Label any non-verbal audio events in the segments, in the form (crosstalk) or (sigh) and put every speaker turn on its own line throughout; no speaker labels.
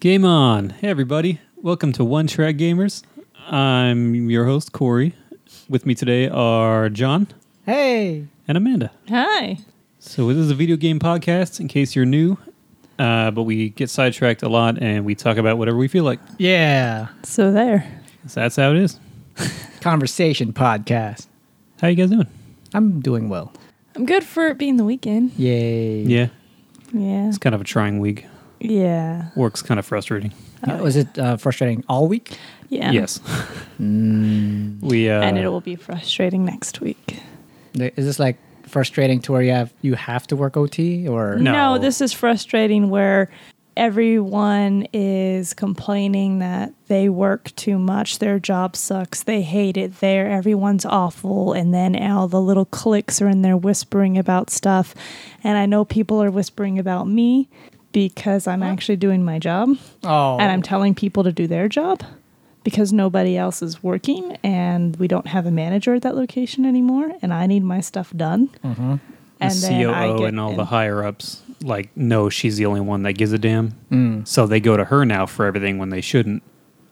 Game on. Hey, everybody. Welcome to One Track Gamers. I'm your host, Corey. With me today are John
Hey,
and Amanda.
Hi.
So, this is a video game podcast in case you're new, uh, but we get sidetracked a lot and we talk about whatever we feel like.
yeah,
So there.
So, that's how it is.
conversation podcast.
How you guys doing?
I'm doing well.
I'm good for it being the weekend.
Yay!
Yeah.
Yeah.
It's kind of a trying week.
Yeah.
Work's kind of frustrating.
Uh, was it uh, frustrating all week?
Yeah.
Yes. (laughs) we uh,
and it will be frustrating next week.
Th- Is this like frustrating to where you have you have to work OT or
Mm.
No.
this is frustrating where everyone is complaining that they work too much, their job sucks, they hate it there, everyone's awful, and then all the little clicks are in there whispering about stuff. And I know people are whispering about me because I'm actually doing my job.
Oh,
and I'm telling people to do their job because nobody else is working and we don't have a manager at that location anymore and I need my stuff done.
Mm-hmm.
the COO and all the higher ups like no, she's the only one that gives a damn. So they go to her now for everything when they shouldn't.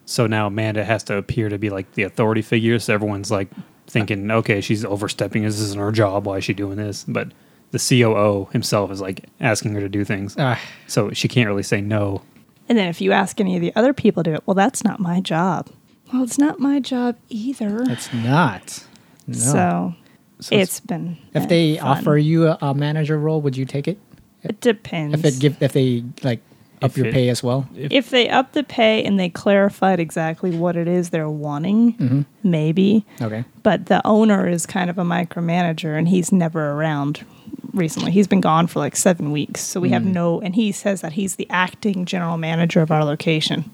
So now Amanda has to appear to be like the authority figure. So everyone's like thinking, okay, she's overstepping. This isn't her job. Why is she doing this? But the COO himself is like asking her to do things.
Ah.
so she can't really say no.
And then if you ask any of the other people to do it, well, that's not my job. Well, it's not my job either.
it's not. No.
So,
So
it's been.
if
been
they
fun.
offer you a, a manager role, would you take it?
it depends.
If it give if they like up
If
your
it-
pay as well?
if they up the pay and they clarified exactly what it is they're wanting, maybe.
Mm-hmm. Okay.
but the owner is kind of a micromanager and he's never around recently. He's been gone for like seven weeks. So we have
Mm.
no, and he says that he's the acting general manager of our location,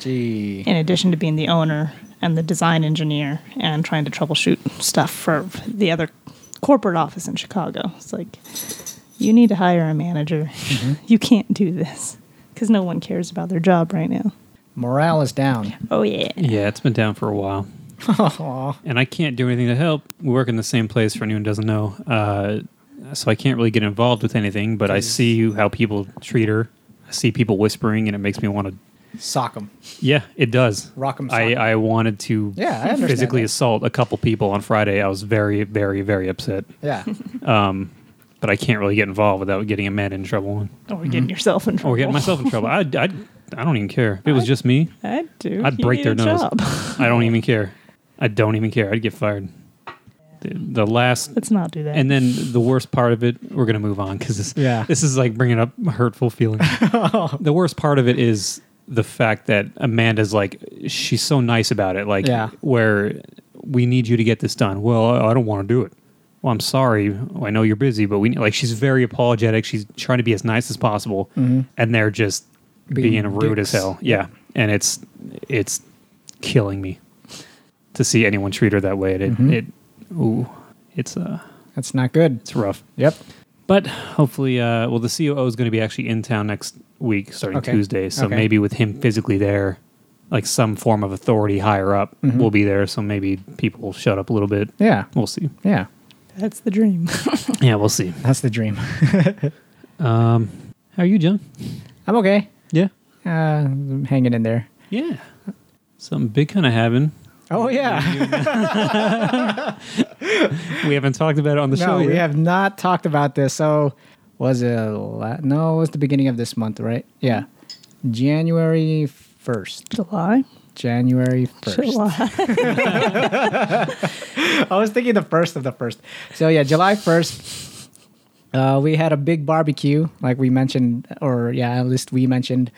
Gee.
in addition to being the owner and the design engineer and trying to troubleshoot stuff for the other corporate office in Chicago. It's like, you need to hire a manager.
Mm-hmm.
(laughs) You can't do this because no one cares about their job right now.
Morale is down.
Oh, yeah.
Yeah, it's been down for a while. and I can't do anything to help. We work in the same place for anyone who doesn't know. Uh, so I can't really get involved with anything, but I see how people treat her. I see people whispering, and it makes me want to.
Sock 'em.
Yeah, it does.
Rock 'em, sock
I,
'em.
I wanted to
Yeah, I understand
physically
that.
assault a couple people on Friday. I was very, very, very upset,
Yeah.
but I can't really get involved without getting Amanda in trouble
Or getting yourself in
Mm-hmm.
trouble.
or getting myself in trouble. I, I, I don't even care. If it was just me,
I do.
I'd
You
break
need
their
a
nose.
job. (laughs)
I don't even care. I don't even care. I'd get fired. The, the last
Let's not do that.
And then the worst part of it, we're gonna move on because this,
Yeah.
this is like bringing up hurtful
(laughs)
feelings. the worst part of it is the fact that Amanda's like she's so nice about it, like
Yeah.
where we need you to get this done. Well, I I don't want to do it. Well, I'm sorry. Well, I know you're busy, but we like she's very apologetic. She's trying to be as nice as possible, and they're just being,
Mm-hmm. Being
rude as
dicks.
hell. Yeah, and it's it's killing me to see anyone treat her that way. It
Mm-hmm.
it ooh, it's uh
That's not good.
it's rough.
Yep.
But hopefully, uh, well, the COO is going to be actually in town next week, starting
Okay.
Tuesday. So
Okay.
maybe with him physically there, like some form of authority higher up will be there. So maybe people will shut up a little bit.
Mm-hmm. Yeah.
We'll see.
Yeah.
That's the dream. (laughs)
Yeah, we'll see.
That's the dream. (laughs)
How are you, John?
I'm okay.
Yeah.
Uh, I'm hanging in there.
Yeah. Something big kind of happened.
Oh (laughs) yeah.
We haven't talked about it on the show
no, we
yet.
have not talked about this. So was it la- no? It was the beginning of this month, right? Yeah, January first.
July.
January first.
July.
I was thinking the first of the first. So yeah, July first. Uh, we had a big barbecue, like we mentioned, or yeah, at least we mentioned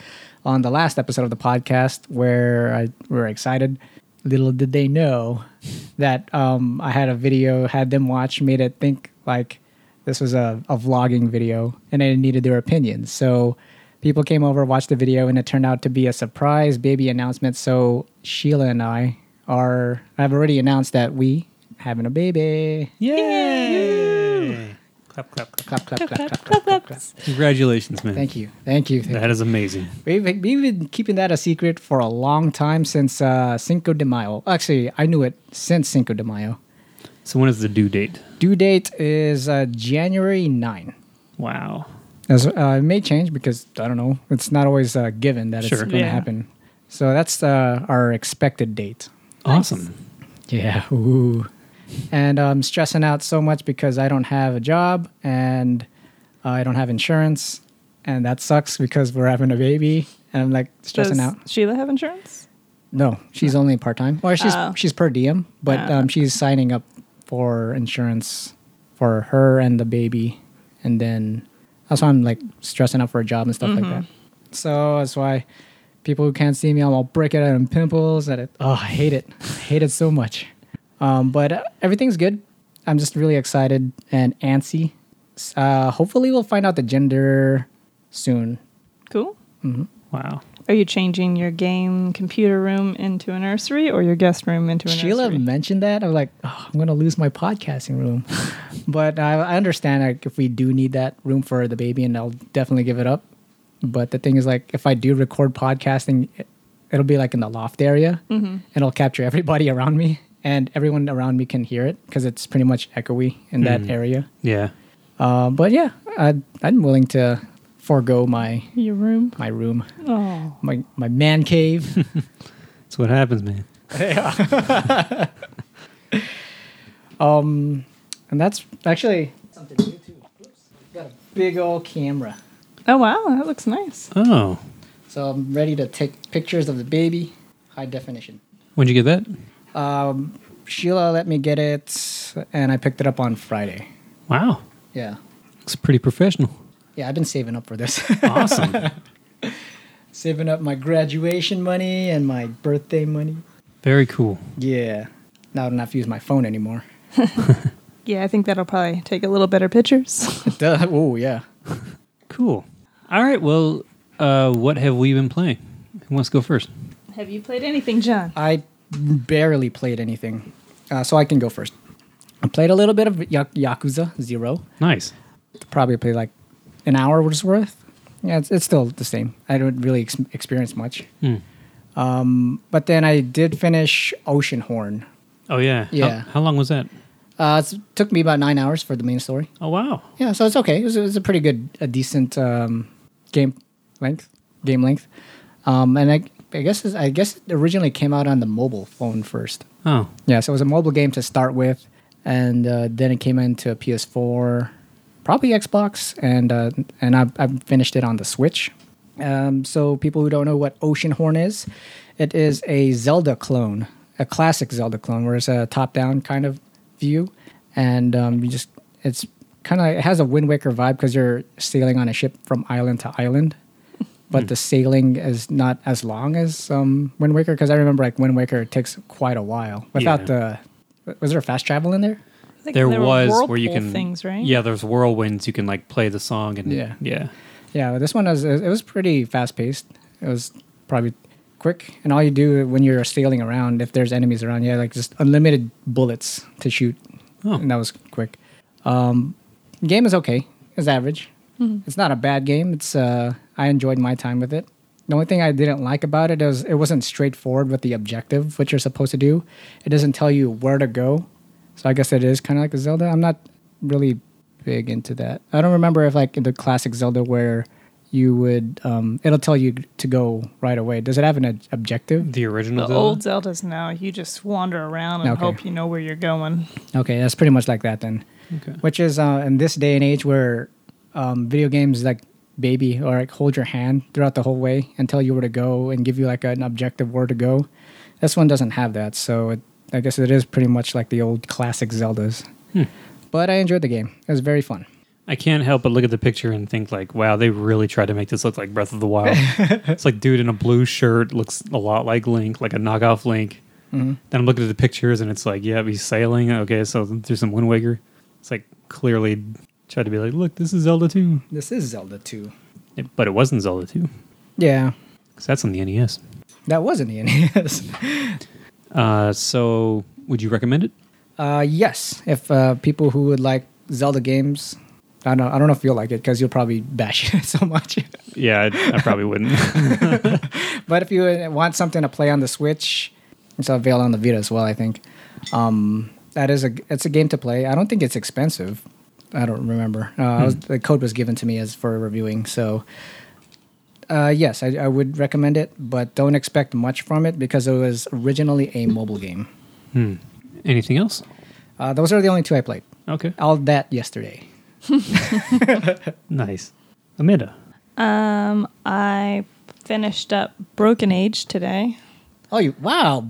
on the last episode of the podcast, where I we were excited. Little did they know (laughs) that um, I had a video, had them watch, made it think like this was a, a vlogging video, and I needed their opinions. So people came over, watched the video, and it turned out to be a surprise baby announcement. So Sheila and I are I've already announced that we having a baby.
Yay! Clap, clap, clap.
Clap, clap, clap, clap, clap, clap, clap.
Congratulations, man.
Thank you. Thank you. Thank you.
That is amazing.
We've, we've been keeping that a secret for a long time since uh, Cinco de Mayo. Actually, I knew it since Cinco de Mayo.
So when is the due date?
Due date is uh, January 9.
Wow.
As, uh, it may change because I don't know. It's not always uh, given that
Sure.
it's going to
Yeah.
happen. So that's uh, our expected date.
Awesome.
Yeah. (laughs) Ooh. And I'm stressing out so much because I don't have a job and I don't have insurance. And that sucks because we're having a baby. And I'm like stressing
Does
out.
Sheila have insurance?
No, she's only part time. Well, she's
Oh.
she's per diem, but
Oh.
um, she's signing up for insurance for her and the baby, and then that's why I'm like stressing out for a job and stuff
Mm-hmm.
like that. So that's why people who can't see me, I'm all break out in pimples. And it, oh, I hate it, I hate it so much. Um, but uh, everything's good. I'm just really excited and antsy. S- Uh, hopefully, we'll find out the gender soon.
Cool.
Wow.
Are you changing your game computer room into a nursery or your guest room into a
Sheila
nursery?
mentioned that. I'm like, oh, I'm going to lose my podcasting room. (laughs) but I, I understand like, if we do need that room for the baby, and I'll definitely give it up. But the thing is, like, if I do record podcasting, it, it'll be like in the loft area and it'll capture everybody (laughs) around me, and everyone around me can hear it because it's pretty much echoey in that area.
Yeah.
Uh, but yeah, I, I'm willing to forego my,
Your room?
my room,
Oh.
my, my man cave. (laughs)
That's what happens, man.
Um, and that's actually something new too. Got a big old camera,
Oh, wow. That looks nice.
Oh.
so I'm ready to take pictures of the baby, high definition.
When'd you get that?
Um, Sheila let me get it, and I picked it up on Friday.
Wow.
Yeah,
Looks pretty professional.
yeah, I've been saving up for this, (laughs)
Awesome.
saving up my graduation money and my birthday money.
(laughs) Very cool.
Yeah, now I don't have to use my phone anymore.
Yeah, I think that'll probably take a little better pictures. (laughs)
(laughs) Duh. Oh yeah.
Cool. All right. Well, uh, what have we been playing? Who wants to go first?
have you played anything, John?
I barely played anything, uh, so I can go first. I played a little bit of Ya- Yakuza Zero.
Nice.
probably play like an hour's worth. Yeah, it's, it's still the same. I don't really ex- experience much.
Hmm.
Um, but then I did finish Ocean Horn.
Oh yeah. How-
Yeah.
How, long was that?
Uh, it took me about nine hours for the main story.
Oh wow.
Yeah, so it's okay. It was, it was a pretty good, a decent um, game length, game length. Um, and I, I guess it's- I guess it originally came out on the mobile phone first.
Oh.
Yeah, so it was a mobile game to start with, and uh, then it came into PS4, probably Xbox, and uh, and I, I finished it on the Switch. Um, so people who don't know what Ocean Horn is, it is a Zelda clone, a classic Zelda clone, where it's a top-down kind of view, and um, you just it's kind of it has a Wind Waker vibe because you're sailing on a ship from island to island but the sailing is not as long as um, Wind Waker because I remember like Wind Waker takes quite a while without the. Was there a fast travel in there?
There, was where you can
things, right?
Yeah, there's whirlwinds. You can like play the song and
Yeah.
yeah.
Yeah, this one was it was pretty fast paced. It was probably quick, and all you do when you're sailing around, if there's enemies around, yeah, like just unlimited bullets to shoot,
Oh.
and that was quick. Um, game is okay, it's average. It's not a bad game. It's uh, I enjoyed my time with it. The only thing I didn't like about it is it wasn't straightforward with the objective, what you're supposed to do. It doesn't tell you where to go, so I guess it is kind of like a Zelda. I'm not really big into that. I don't remember if like in the classic Zelda where you would um, it'll tell you to go right away. Does it have an ob- objective?
The original
The
Zelda?
old Zeldas now, you just wander around and
Okay.
hope you know where you're going.
Okay, that's pretty much like that then.
Okay.
Which is uh, in this day and age where um, video games like baby or like hold your hand throughout the whole way and tell you where to go and give you like an objective where to go. This one doesn't have that, so it, I guess it is pretty much like the old classic Zeldas. But I enjoyed the game. It was very fun.
I can't help but look at the picture and think like, wow, they really tried to make this look like Breath of the (laughs) Wild. it's like dude in a blue shirt looks a lot like Link, like a knockoff Link. Then I'm looking at the pictures and it's like, yeah, he's sailing. Okay, so there's some Wind Waker. It's like clearly tried to be like, look, this is Zelda 2.
This is Zelda 2.
It- but it wasn't Zelda 2
Yeah,
because that's on the E NES.
that was E in the (laughs) NES.
Uh, so would you recommend it?
Uh, yes, if uh, people who would like Zelda games I don't know. I don't know if you'll like it because you'll probably bash (laughs) it so much.
Yeah, I, I probably wouldn't.
but if you uh, want something to play on the Switch, it's available on the Vita as well. I think um, that is a it's a game to play. I don't think it's expensive. I don't remember. Uh, I was, the code was given to me as for reviewing. So uh, yes, I, I would recommend it, but don't expect much from it because it was originally a mobile game.
Hmm. (laughs) Anything else?
Uh, those are the only two I played.
Okay.
All that yesterday.
Nice. Amanda.
Um, I finished up Broken Age today.
Oh, you wow!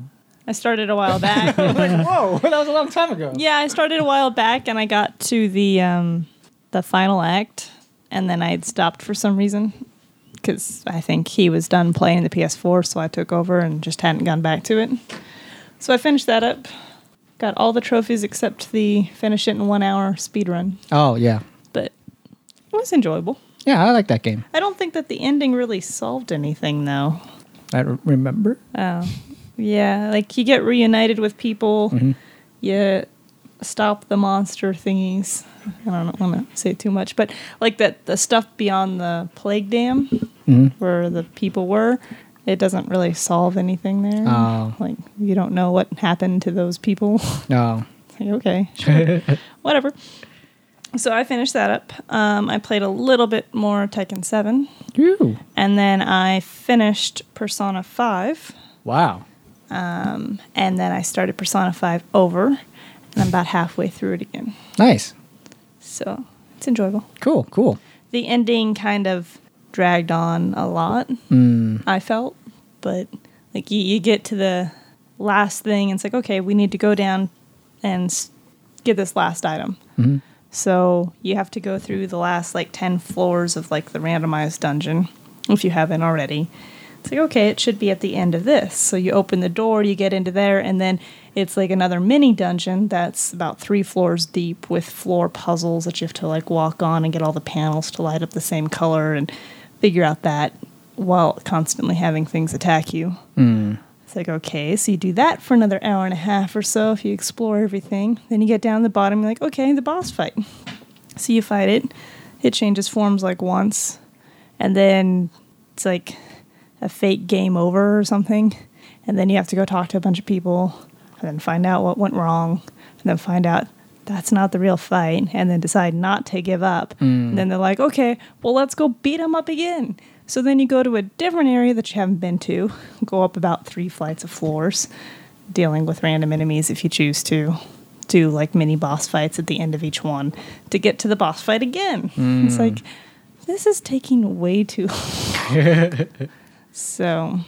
I started a while back.
Whoa, (laughs) that was a long time ago.
yeah, I started a while back, and I got to the um, the final act, and then I'd stopped for some reason because I think he was done playing the PS4, so I took over and just hadn't gone back to it. So I finished that up. Got all the trophies except the finish it in one hour speed run,
Oh yeah,
but it was enjoyable.
yeah. I like that game.
I don't think that the ending really solved anything, though.
I re- remember.
Oh, yeah. Like you get reunited with people. You stop the monster thingies. I don't want to say too much, but like that the stuff beyond the plague dam
Mm-hmm.
where the people were. It doesn't really solve anything there.
Oh.
Like you don't know what happened to those people. (laughs)
No.
It's like, okay, sure. whatever. So I finished that up. Um, I played a little bit more Tekken Seven,
You.
and then I finished Persona Five
Wow.
and then I started Persona 5 over, and I'm about halfway through it again.
Nice.
So it's enjoyable.
Cool. Cool.
The ending kind of dragged on a lot, I felt, but like you, you get to the last thing, and it's like, okay, we need to go down and s- get this last item. So you have to go through the last like 10 floors of like the randomized dungeon if you haven't already. It's like, okay, it should be at the end of this. So you open the door, you get into there, and then it's like another mini dungeon that's about three floors deep with floor puzzles that you have to like walk on and get all the panels to light up the same color and figure out that while constantly having things attack you. It's like, okay, so you do that for another hour and a half or so if you explore everything. Then you get down to the bottom, you're like, okay, the boss fight. So you fight it. It changes forms like once. And then it's like a fake game over or something. And then you have to go talk to a bunch of people and then find out what went wrong. And then find out that's not the real fight. And then decide not to give up. And then they're like, okay, well, let's go beat them up again. So then you go to a different area that you haven't been to, go up about three flights of floors, dealing with random enemies if you choose to do like mini boss fights at the end of each one to get to the boss fight again. It's like this is taking way too long. so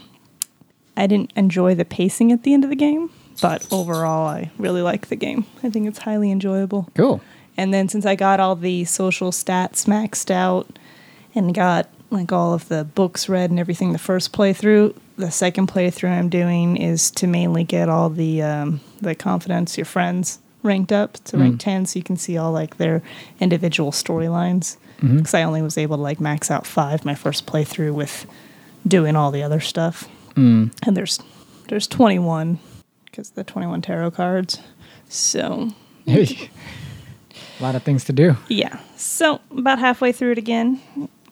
I didn't enjoy the pacing at the end of the game, but overall I really like the game. I think it's highly enjoyable.
Cool.
And then since I got all the social stats maxed out and got like all of the books read and everything the first playthrough, the second playthrough I'm doing is to mainly get all the um, the confidence your friends ranked up to rank 10 so you can see all like their individual storylines because I only was able to like max out 5 my first playthrough with doing all the other stuff. And there's there's 21 because the 21 tarot cards. So
Hey. (laughs) a lot of things to do.
yeah. So about halfway through it again,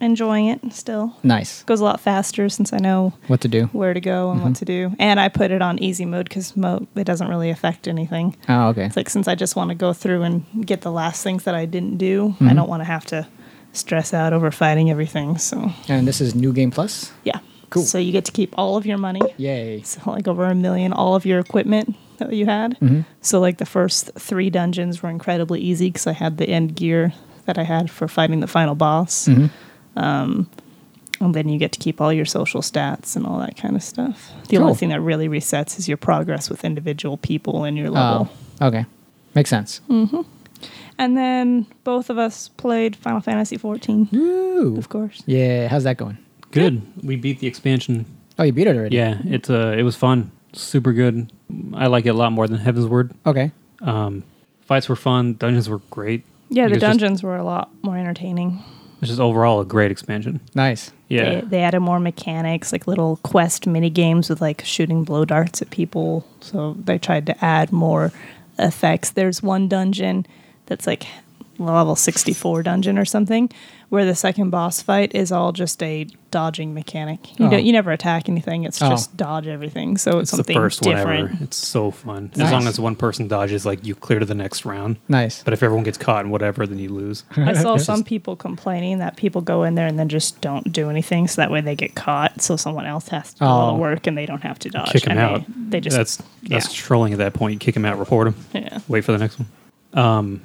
enjoying it still.
Nice.
Goes a lot faster since I know
What to do?
where to go and what to do. And I put it on easy mode because mo- it doesn't really affect anything.
Oh, okay.
It's like since I just want to go through and get the last things that I didn't do, I don't want to have to stress out over fighting everything. So
And this is New Game Plus.
yeah.
Cool.
So you get to keep all of your money.
Yay.
Mm-hmm.
So like over a million, all of your equipment that you had.
Mm-hmm.
So like the first three dungeons were incredibly easy because I had the end gear that I had for fighting the final boss.
Mm. Mm-hmm.
Um, and then you get to keep all your social stats and all that kind of stuff. The
Cool.
only thing that really resets is your progress with individual people and your level.
Oh, okay. Makes sense.
And then both of us played Final Fantasy 14,
Ooh.
of course.
Yeah. How's that going?
Good. We beat the expansion.
Oh, you beat it already.
Yeah, it's uh, it was fun. Super good. I like it a lot more than Heaven's Word.
Okay.
Um, fights were fun. Dungeons were great.
Yeah,
It
the
was just-
dungeons were a lot more entertaining.
It's just overall a great expansion.
Nice.
Yeah.
They, they added more mechanics, like little quest mini games with like shooting blow darts at people. So they tried to add more effects. There's one dungeon that's like level 64 dungeon or something where the second boss fight is all just a dodging mechanic. You
Oh.
don't you never attack anything. It's
Oh.
just dodge everything. So it's,
It's the
something
first
different.
one (laughs) ever. It's so fun.
Nice.
As long as one person dodges, like you clear to the next round.
Nice.
But if everyone gets caught in whatever, then you lose.
I saw some people complaining that people go in there and then just don't do anything, so that way they get caught. So someone else has to do all
Oh.
the work, and they don't have to dodge.
Kick him
I
out.
mean, They just
that's that's
yeah.
trolling at that point. Kick him out. Report him.
Yeah.
Wait for the next one. Um,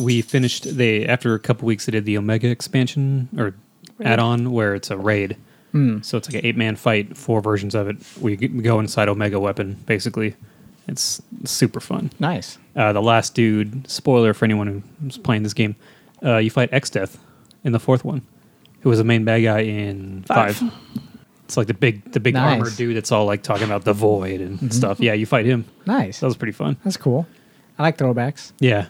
we finished. They after a couple weeks, they did the Omega expansion or
Raid.
add-on where it's a raid. So it's like an eight-man fight, four versions of it. We g- go inside Omega Weapon. Basically, it's super fun.
Nice.
uh, the last dude. Spoiler for anyone who's playing this game. Uh, you fight X Death in the fourth one, who was the main bad guy in
Five.
five. It's like the big, the big
Nice.
armored dude that's all like talking about the void and stuff. Yeah, you fight him.
Nice.
That was pretty fun.
That's cool. I like throwbacks.
Yeah,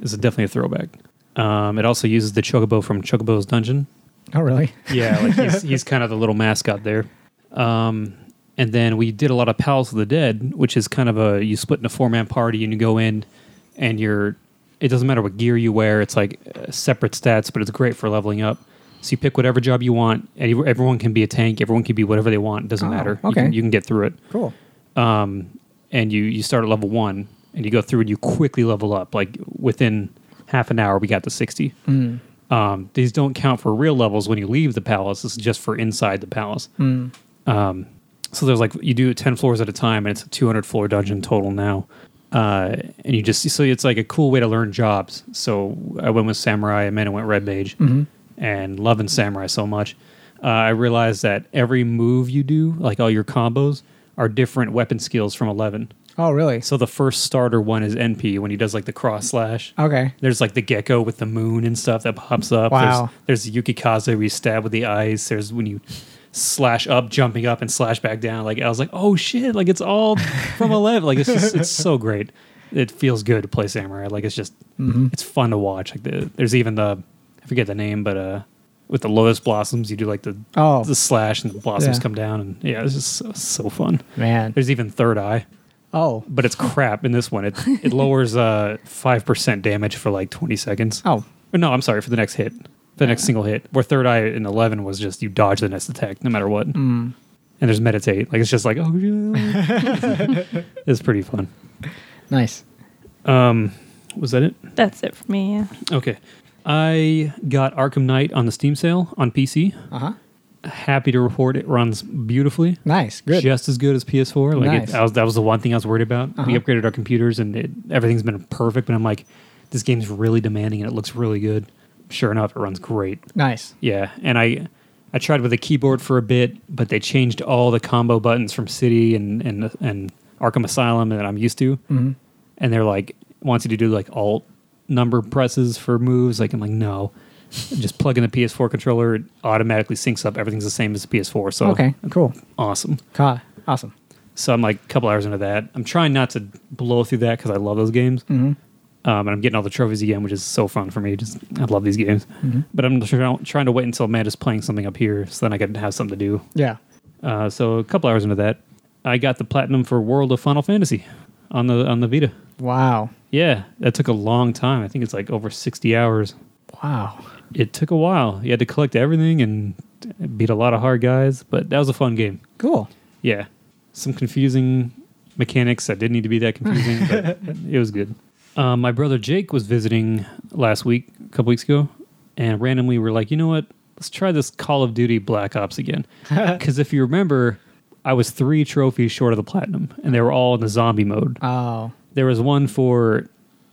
it's definitely a throwback. Um, it also uses the Chocobo from Chocobo's Dungeon.
Oh, really?
(laughs) Yeah, like
(laughs)
he's he's kind of the little mascot there. Um, and then we did a lot of Pals of the Dead, which is kind of a you split in a four man party and you go in, and you're it doesn't matter what gear you wear. It's like uh, separate stats, but it's great for leveling up. So you pick whatever job you want, and you- everyone can be a tank. Everyone can be whatever they want. It doesn't
Oh,
matter. You
okay.
can, you can get through it
Cool.
and you you start at level one and you go through and you quickly level up like within half an hour we got to 60 um, these don't count for real levels when you leave the palace this is just for inside the palace um, so there's like you do 10 floors at a time and it's a 200 floor dungeon total now uh, and you just so it's like a cool way to learn jobs so i went with samurai and then i went red mage and loving samurai so much uh, i realized that every move you do like all your combos are different weapon skills from 11
Oh, really?
so the first starter one is NP when he does like the cross slash.
Okay.
There's like the gecko with the moon and stuff that pops up.
Wow.
There's, there's Yukikaze where you stab with the eyes. There's when you slash up, jumping up, and slash back down. Like I was like, oh shit! Like it's all from eleven. Like it's just it's so great. It feels good to play samurai. Like it's just
Mm-hmm.
it's fun to watch. Like the, there's even the I forget the name, but uh, with the lotus blossoms, you do like the
Oh.
the slash and the blossoms
Yeah.
come down, and yeah, it's just so, so fun.
Man.
There's even third eye
Oh.
but it's crap in this one. It it lowers uh five percent damage for like twenty seconds.
Oh.
Or no, I'm sorry for the next hit, the next single hit. Where third eye in eleven was just you dodge the next attack no matter what.
Hmm.
Mm. And there's meditate. Like it's just like oh yeah, it's pretty fun.
Nice.
Was that it?
that's it for me. Yeah.
Okay, I got Arkham Knight on the Steam sale on PC.
Uh huh.
Happy to report it runs beautifully.
Nice. Good.
just as good as PS4. Like
Nice.
it, I was, that was the one thing I was worried about. We
Uh-huh.
upgraded our computers and it, everything's been perfect. But I'm like, this game's really demanding and it looks really good. Sure enough, it runs great.
nice.
Yeah, and I I tried with a keyboard for a bit, but they changed all the combo buttons from City and and and Arkham Asylum that I'm used to,
Mm-hmm.
and they're like wants you to do like alt number presses for moves. Like I'm like no. Just plug in the PS4 controller, it automatically syncs up. Everything's the same as the PS4. So
Okay. Cool.
awesome.
Ka. Awesome.
So I'm like a couple hours into that. I'm trying not to blow through that because I love those games. Um, and I'm getting all the trophies again, which is so fun for me. Just I love these games. But I'm try- trying to wait until Matt is playing something up here, so then I can have something to do.
Yeah.
Uh, so a couple hours into that, I got the platinum for World of Final Fantasy on the on the Vita.
Wow.
Yeah, that took a long time. I think it's like over 60 hours.
Wow.
It took a while. You had to collect everything and beat a lot of hard guys, but that was a fun game.
Cool.
Yeah. Some confusing mechanics that didn't need to be that confusing, but it was good. Um, my brother Jake was visiting last week, a couple weeks ago, and randomly we are like, you know what? Let's try this Call of Duty Black Ops again. Because if you remember, I was three trophies short of the platinum, and they were all in the zombie mode.
Oh.
There was one for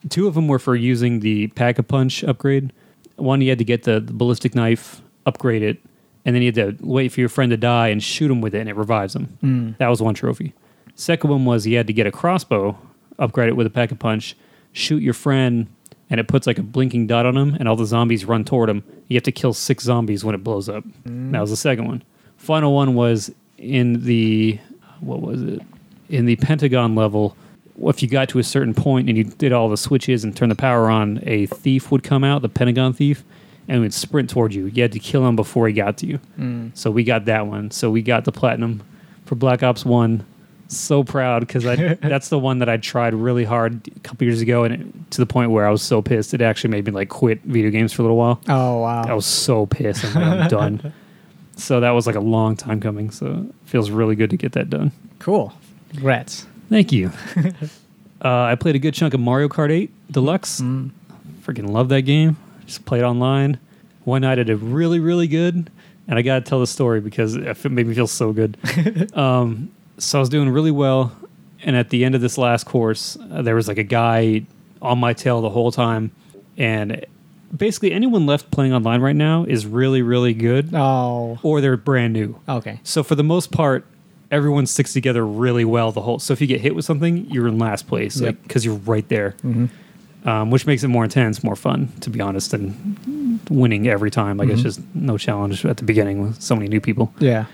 two of them were for using the pack a punch upgrade. One you had to get the, the ballistic knife, upgrade it, and then you had to wait for your friend to die and shoot him with it, and it revives him. That was one trophy. Second one was you had to get a crossbow, upgrade it with a pack a punch, shoot your friend, and it puts like a blinking dot on him, and all the zombies run toward him. You have to kill six zombies when it blows up. That was the second one. Final one was in the what was it? In the Pentagon level, if you got to a certain point and you did all the switches and turned the power on, a thief would come out, the Pentagon thief, and would sprint toward you. You had to kill him before he got to you. So we got that one. So we got the platinum for Black Ops One. so proud because I that's the one that I tried really hard a couple years ago, and it, to the point where I was so pissed it actually made me like quit video games for a little while.
Oh
I
wow.
was so pissed. I'm, like, I'm done. So that was like a long time coming. So it feels really good to get that done.
Cool. Congrats.
Thank you. (laughs) uh, I played a good chunk of Mario Kart 8 Deluxe. Freaking love that game. Just played online. One night I did really, really good. And I got to tell the story because it f- made me feel so good. um, so I was doing really well. And at the end of this last course, uh, there was like a guy on my tail the whole time. And basically, anyone left playing online right now is really, really good
Oh.
or they're brand new.
Okay.
So for the most part, everyone sticks together really well. The whole so if you get hit with something, you're in last place because
Yep.
you're right there, um, which makes it more intense, more fun. To be honest, than winning every time. Like it's just no challenge at the beginning with so many new people.
Yeah.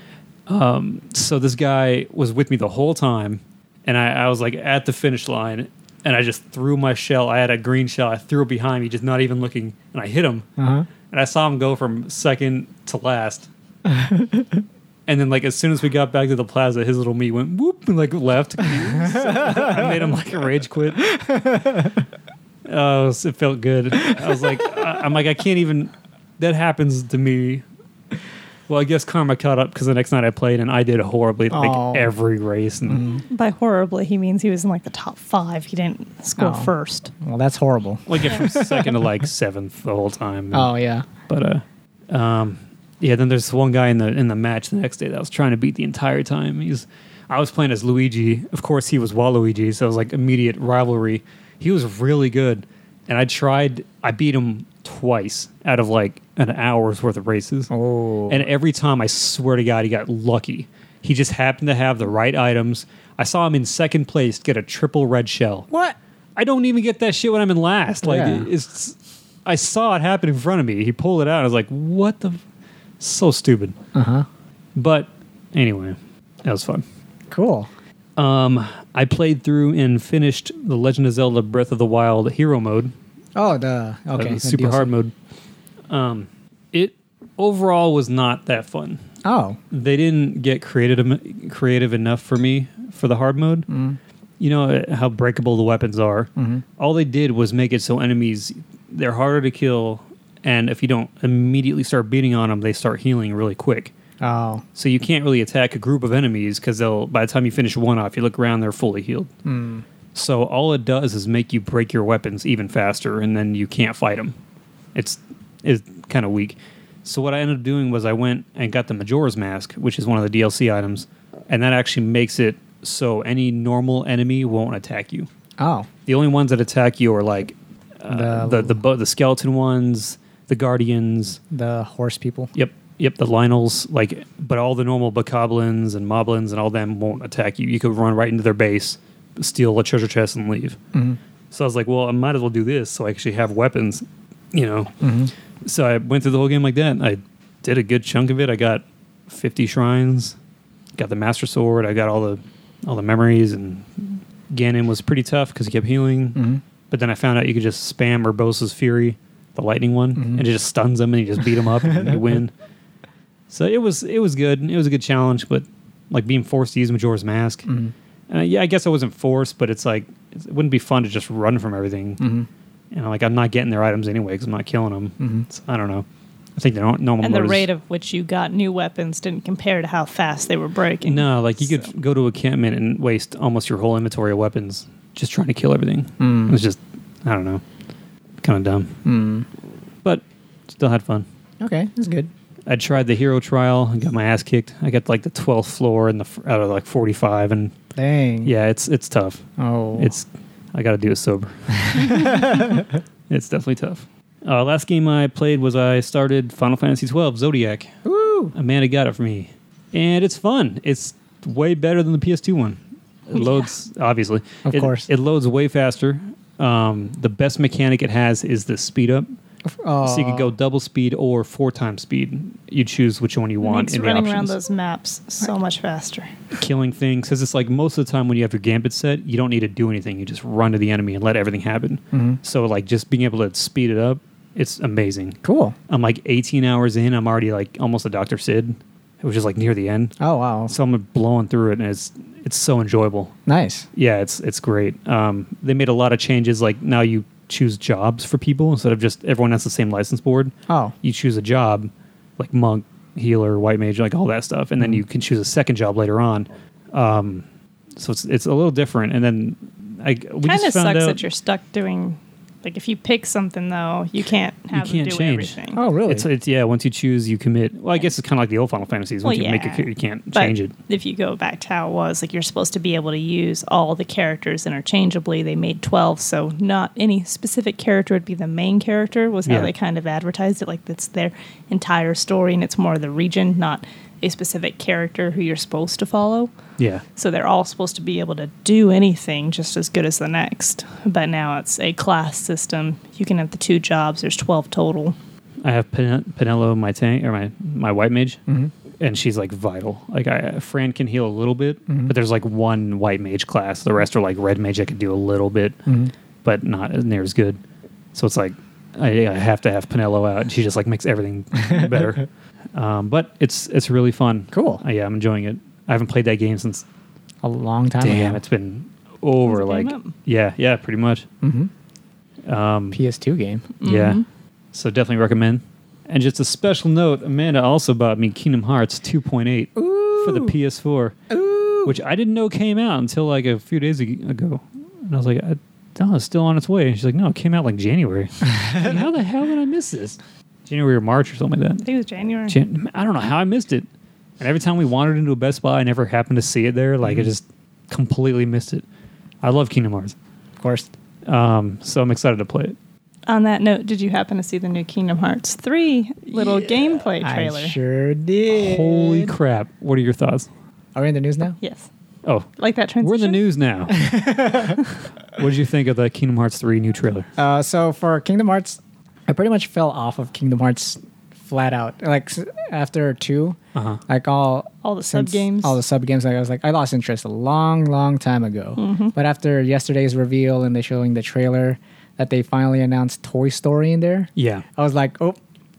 So this guy was with me the whole time, and I, I was like at the finish line. And I just threw my shell. I had a green shell. I threw it behind me, just not even looking, and I hit him
Uh huh.
and I saw him go from second to last. and then, like, as soon as we got back to the plaza, his little me went whoop and like left. (laughs) So I made him like a rage quit. Oh, it felt good. I was like, I, I'm like, I can't even. That happens to me. Well, I guess karma caught up because the next night I played and I did horribly like
Oh.
every race. And
By horribly, he means he was in like the top five. He didn't score
Oh.
first.
Well, that's horrible.
like it from second to like seventh the whole time.
(laughs) Oh yeah.
But uh, um, yeah. Then there's one guy in the in the match the next day that I was trying to beat the entire time. He's, I was playing as Luigi. Of course, he was Waluigi, so it was like immediate rivalry. He was really good, and I tried. I beat him twice out of like an hour's worth of races.
Oh.
And every time, I swear to God, he got lucky. He just happened to have the right items. I saw him in second place get a triple red shell.
What?
I don't even get that shit when I'm in last. Like
Yeah.
it's, I saw it happen in front of me. He pulled it out. I was like, what the, f-? so stupid.
Uh huh.
But anyway, that was fun.
Cool.
Um, I played through and finished the Legend of Zelda: Breath of the Wild Hero Mode,
Oh, the
uh,
okay.
the
the
super
DLC.
hard mode. Um, it overall was not that fun.
Oh.
They didn't get creative em- creative enough for me for the hard mode. you know uh, how breakable the weapons are. All they did was make it so enemies they're harder to kill, and if you don't immediately start beating on them, they start healing really quick.
Oh.
So you can't really attack a group of enemies because they'll by the time you finish one off, you look around, they're fully healed. So all it does is make you break your weapons even faster, and then you can't fight them. It's is kind of weak. So what I ended up doing was I went and got the Majora's Mask, which is one of the DLC items, and that actually makes it so any normal enemy won't attack you.
Oh.
The only ones that attack you are like uh,
The-
the the bo- the skeleton ones, the guardians,
The horse people.
Yep. Yep. The Lionels, like, but all the normal Bokoblins and Moblins and all them won't attack you. You could run right into their base, steal a treasure chest, and leave. So I was like, well, I might as well do this so I actually have weapons, you know. So I went through the whole game like that. I did a good chunk of it. I got 50 shrines, got the Master Sword, I got all the all the memories, and Ganon was pretty tough because he kept healing.
Mm-hmm.
But then I found out you could just spam Urbosa's Fury, the lightning one, and it just stuns him and you just beat him up and you win. So it was it was good. It was a good challenge, but like being forced to use Majora's Mask.
Mm-hmm.
Uh, yeah, I guess I wasn't forced, but it's like it's- it wouldn't be fun to just run from everything.
Mm-hmm.
And like I'm not getting their items anyway because I'm not killing them. So, I don't know. I think the nor- normal
And the
mode is-
rate of which you got new weapons didn't compare to how fast they were breaking.
no, like you could go to a campment and waste almost your whole inventory of weapons just trying to kill everything. It was just I don't know, kind of dumb, but still had fun.
Mm-hmm. Okay, that's good.
I tried the hero trial and got my ass kicked. I got like the twelfth floor and the f- out of like forty five, and
Dang.
yeah, it's it's tough.
Oh.
It's I got to do it
(laughs)
sober. (laughs) it's definitely tough. Uh, last game I played was I started Final Fantasy twelve Zodiac.
Woo.
Amanda got it for me, and it's fun. It's way better than the PS2 one. It loads obviously,
Of
It-
course.
It loads way faster. Um, the best mechanic it has is the speed up,
Oh.
so you
Uh,
could go double speed or four times speed. You choose which one you
It
want.
makes
in the
running around
options.
those maps so much faster.
killing things because it's like most of the time when you have your gambit set, you don't need to do anything. You just run to the enemy and let everything happen. So like just being able to speed it up, it's amazing.
Cool.
I'm like 18 hours in. I'm already like almost a Dr. Sid. It was just like near the end.
Oh wow,
So I'm blowing through it, and it's it's so enjoyable.
nice.
Yeah, it's it's great. Um, they made a lot of changes. Like now you choose jobs for people instead of just everyone has the same license board.
Oh,
You choose a job, like monk, healer, white mage, like all that stuff, and then you can choose a second job later on. Um, so it's it's a little different. And then I we
Kind
just
of
found
sucks
out
that you're stuck doing. Like if you pick something though, you can't have
can't
them do
change.
everything.
oh really?
It's, it's yeah. Once you choose, you commit. Well, I guess it's kind of like the old Final Fantasies.
Well,
Once you make
yeah.
a, ca- you can't
But
change it.
if you go back to how it was, like you're supposed to be able to use all the characters interchangeably. They made 12, so not any specific character would be the main character, was how
Yeah.
they kind of advertised it. Like that's their entire story, and it's more the region, not a specific character who you're supposed to follow.
Yeah,
So they're all supposed to be able to do anything just as good as the next. But now it's a class system. You can have the two jobs, there's 12 total.
I have Pen- Penelo, my tank or my my white mage, and she's like vital. Like I, Fran can heal a little bit, but there's like one white mage class. The rest are like red mage. I could do a little bit, but not as near as good. So it's like I, I have to have Penelo out. She just like makes everything better. um, but it's it's really fun.
Cool.
Uh, yeah, I'm enjoying it. I haven't played that game since
a long time.
damn.
ago.
It's been over
Since it
like
came out.
yeah yeah pretty much.
Mhm.
Um,
PS2 game.
yeah. So definitely recommend. And just a special note, Amanda also bought me Kingdom Hearts 2.8 for the PS4, which I didn't know came out until like a few days ag- ago. And I was like, I, no, it's still on its way. And she's like, no, it came out like January. Like, how the hell did I miss this? January or March or something like
I
that.
think it was January.
Jan- I don't know how I missed it. And every time we wandered into a Best Buy, I never happened to see it there. Like I just completely missed it. I love Kingdom Hearts,
Of course.
um, so I'm excited to play it.
On that note, did you happen to see the new Kingdom Hearts 3 little gameplay trailer?
I sure did.
Holy crap! What are your thoughts?
Are we in the news now?
Yes.
Oh,
Like that
(laughs)
transition.
we're in the news now. what did you think of the Kingdom Hearts 3 new trailer?
Uh, so for Kingdom Hearts, I pretty much fell off of Kingdom Hearts flat out. Like s- after two,
Uh-huh.
like all
All the
since
sub-games.
all the sub games. Like I was like, I lost interest a long, long time ago. But after yesterday's reveal and they showing the trailer that they finally announced Toy Story in there,
Yeah.
I was like, oh,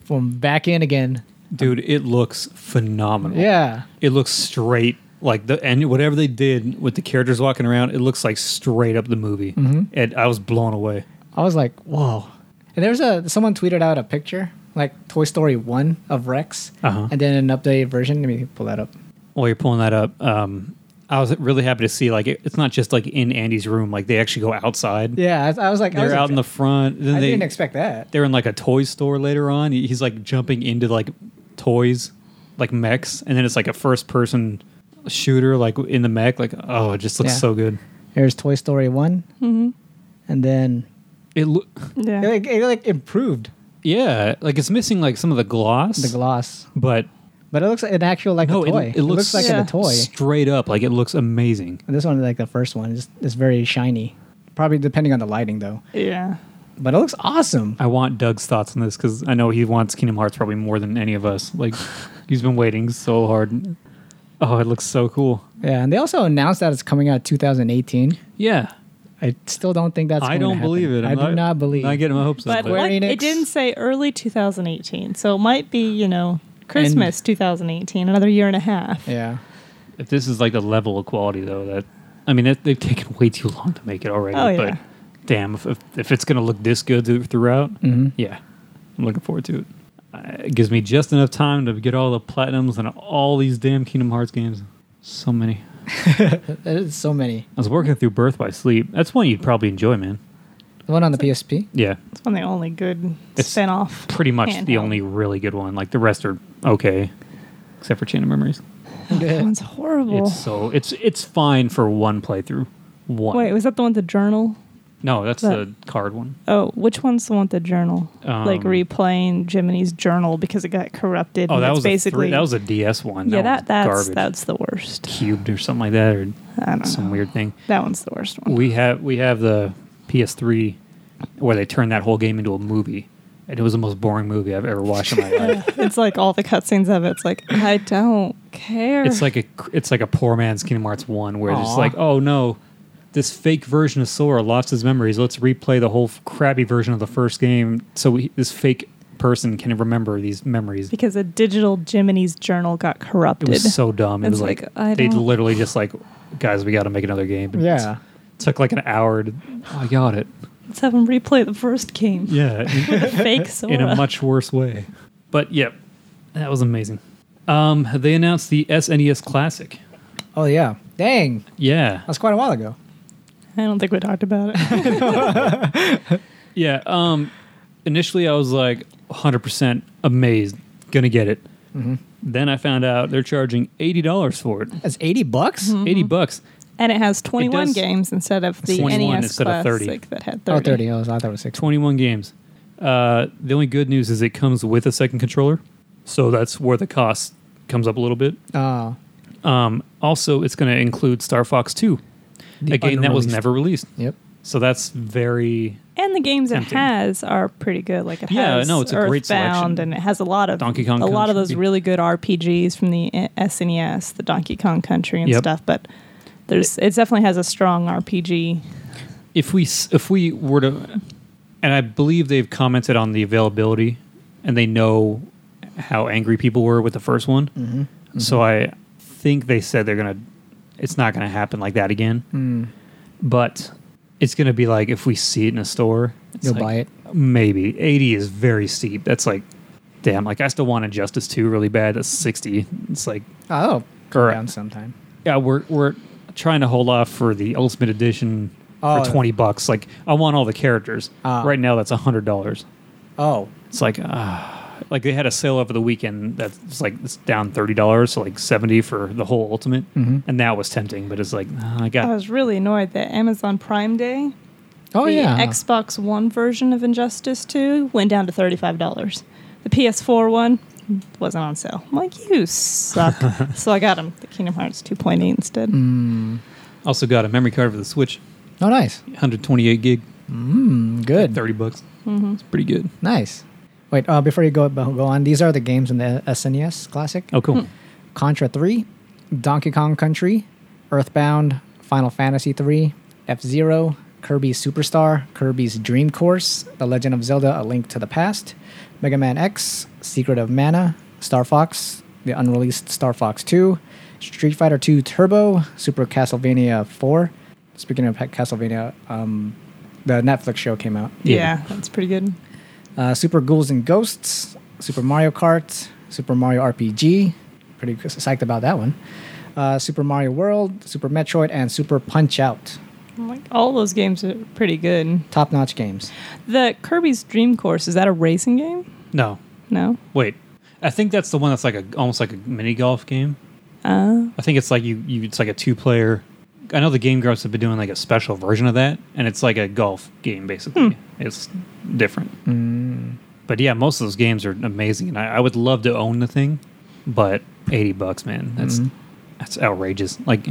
I'm back in again.
Dude, it looks phenomenal.
Yeah,
It looks straight like the and whatever they did with the characters walking around, it looks like straight up the movie. And I was blown away.
I was like, whoa. And there's a someone tweeted out a picture like Toy Story one of Rex,
Uh-huh.
and then an updated version. Let me pull that up.
While you're pulling that up, um, I was really happy to see like it, it's not just like in Andy's room, like they actually go outside.
Yeah, I, I was like, I
They're
was
out in the
ex-
front. Then
I
they,
didn't expect that.
they're in like a toy store later on. He- He's like jumping into like toys, like mechs, and then it's like a first person shooter like in the mech. Like oh, it just looks
Yeah.
so good.
Here's Toy Story one, and then
It lo-
Mm-hmm. Yeah.
it, like, it like improved
yeah, like it's missing like some of the gloss,
the gloss,
but
but it looks like an actual like
no,
a toy.
it, it looks,
like
Yeah.
a toy.
straight up. Like it looks amazing.
This one, like the first one, is is very shiny. Probably depending on the lighting though,
yeah.
but it looks awesome.
I want Doug's thoughts on this because I know he wants Kingdom Hearts probably more than any of us.
(laughs)
Like he's been waiting so hard. Oh, it looks so cool.
Yeah, and they also announced that it's coming out 2018.
Yeah,
I still don't think that's.
I
going to
don't
happen.
believe it.
I do not believe.
I get my hopes up.
But
but-
like,
Enix.
it didn't say early 2018, so it might be, you know, Christmas 2018, another year and a half.
Yeah.
If this is like the level of quality, though, that I mean, it, they've taken way too long to make it already.
Oh, yeah.
But damn, if, if, if it's gonna look this good th- throughout, yeah, I'm looking forward to it. Uh, it gives me just enough time to get all the platinums and all these damn Kingdom Hearts games. So many.
There's so many.
I was working through Birth by Sleep. That's one you'd probably enjoy, man.
The one on the PSP.
Yeah,
It's one of the only good
It's
spin off.
pretty much the
Handheld.
only really good one. Like the rest are okay, except for Chain of Memories.
(laughs) That one's horrible.
It's so it's it's fine for one playthrough. One.
Wait, was that the one with the journal?
no, that's
that-
the card one.
Oh, which one's the one with the journal?
Um,
like replaying Jiminy's journal because it got corrupted.
Oh,
and
that
it's
was
basically
a three, that was a DS one.
yeah. That
one's
that's
garbage.
that's the worst.
cubed or something like that, or
I don't
some
know.
weird thing.
That one's the worst one.
We have we have the PS3 where they turned that whole game into a movie, and it was the most boring movie I've ever watched in my life.
(laughs) it's like all the cutscenes of it. It's like I don't care.
It's like a it's like a poor man's Kingdom Hearts one where it's
Aw.
just like oh no, this fake version of Sora lost his memories. Let's replay the whole crappy version of the first game. So we, this fake person can remember these memories.
because a digital Jiminy's journal got
It
corrupted.
was so dumb. It
It's
was like,
like, I
they
don't-
literally just like, guys, we got to make another game. And
Yeah.
it took like an hour. To, Oh, I got it.
Let's have them replay the first game.
Yeah, in,
(laughs) Fake
(laughs)
Sora.
in a much worse way. But yep, that was amazing. Um, they announced the SNES Classic.
Oh yeah. Dang.
Yeah,
That's quite a while ago.
I don't think we talked about
(laughs)
it.
Yeah. Um, initially, I was like 100% amazed, gonna get it. Then I found out they're charging $80 for it.
That's eighty bucks.
Mm-hmm.
Oh,
80 bucks.
and it has 21
does-
games instead of the
21
NES
instead of 30.
Classic that had 30.
Oh, 30. Oh, I thought it was 60.
21 games. Uh, the only good news is it comes with a second controller. So that's where the cost comes up a little bit.
Oh,
Um, also, it's going to include Star Fox 2, a game that was
unreleased.
never released.
yep.
So that's very
And the games
Tempting.
it has are pretty good. Like it
Yeah,
has
no, it's a great
Earthbound,
selection.
and it has a lot of
Donkey Kong
a lot of those
Country.
really good RPGs from the eh, SNES, the Donkey Kong Country and
Yep.
stuff. But there's it definitely has a strong RPG.
if we s- if we were to and i believe they've commented on the availability and they know how angry people were with the first one
Mm-hmm.
so i think they said they're gonna it's not gonna happen like that again
Mm.
but it's gonna be like if we see it in a store it's
You'll
like,
buy it.
maybe 80 is very steep that's like damn like i still want injustice 2 really bad that's 60 it's like
Oh,
Correct.
around sometime.
yeah, we're we're trying to hold off for the Ultimate Edition
Oh.
for twenty bucks. Like, I want all the characters.
Ah.
right now, that's hundred dollars.
Oh,
It's like, ah, like they had a sale over the weekend that's like it's down thirty dollars, so like seventy for the whole Ultimate,
Mm-hmm.
and that was tempting. But it's like, ah, I got
I was really annoyed that Amazon Prime Day,
oh
the
yeah.
Xbox One version of Injustice Two went down to thirty five dollars. The PS4 one wasn't on sale. I'm like, you (laughs) suck. so I got them the Kingdom Hearts 2.8 instead.
also got a memory card for the Switch,
oh, nice. Mm,
one hundred twenty eight gig,
Good.
thirty bucks.
Mm-hmm.
It's pretty good.
Nice. Wait, uh, before you go go on, these are the games in the SNES Classic:
Oh, cool.
Hmm. Contra 3, Donkey Kong Country, Earthbound, Final Fantasy 3, F Zero, Kirby Superstar, Kirby's Dream Course, The Legend of Zelda: A Link to the Past, Mega Man X, Secret of Mana, Star Fox, the unreleased Star Fox 2, Street Fighter 2 Turbo, Super Castlevania 4. Speaking of Castlevania, um, the Netflix show came out.
Yeah.
yeah, that's pretty good.
uh, Super Ghouls and Ghosts, Super Mario Kart, Super Mario RPG. Pretty psyched about that one. Uh, Super Mario World, Super Metroid, and Super Punch Out.
I'm like all those games are pretty good.
Top notch games.
The Kirby's Dream Course is that a racing game?
No,
No.
wait, I think that's the one that's like a almost like a mini golf game.
Oh.
I think it's like you, you it's like a two player. I know the Game Grumps have been doing like a special version of that, and it's like a golf game basically. It's different. But yeah, most of those games are amazing, and I, I would love to own the thing, but eighty bucks, man, that's that's outrageous. Like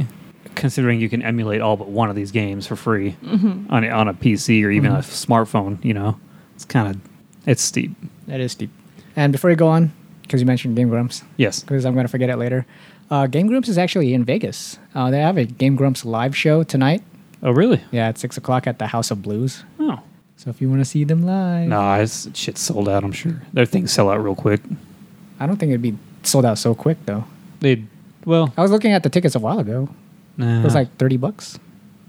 considering you can emulate all but one of these games for free on a- on a PC or even a smartphone, you know, it's kind of it's steep.
That is deep. And before you go on, because you mentioned Game Grumps,
Yes.
because I'm going to forget it later, uh, Game Grumps is actually in Vegas. Uh, they have a Game Grumps live show tonight.
Oh really?
Yeah, at 6 o'clock at the House of Blues.
Oh.
So if you want to see them live,
Nah, it's, shit's sold out. I'm sure their things sell out real quick.
I don't think it'd be sold out so quick, though.
They well,
I was looking at the tickets a while ago.
nah.
It was like 30 bucks.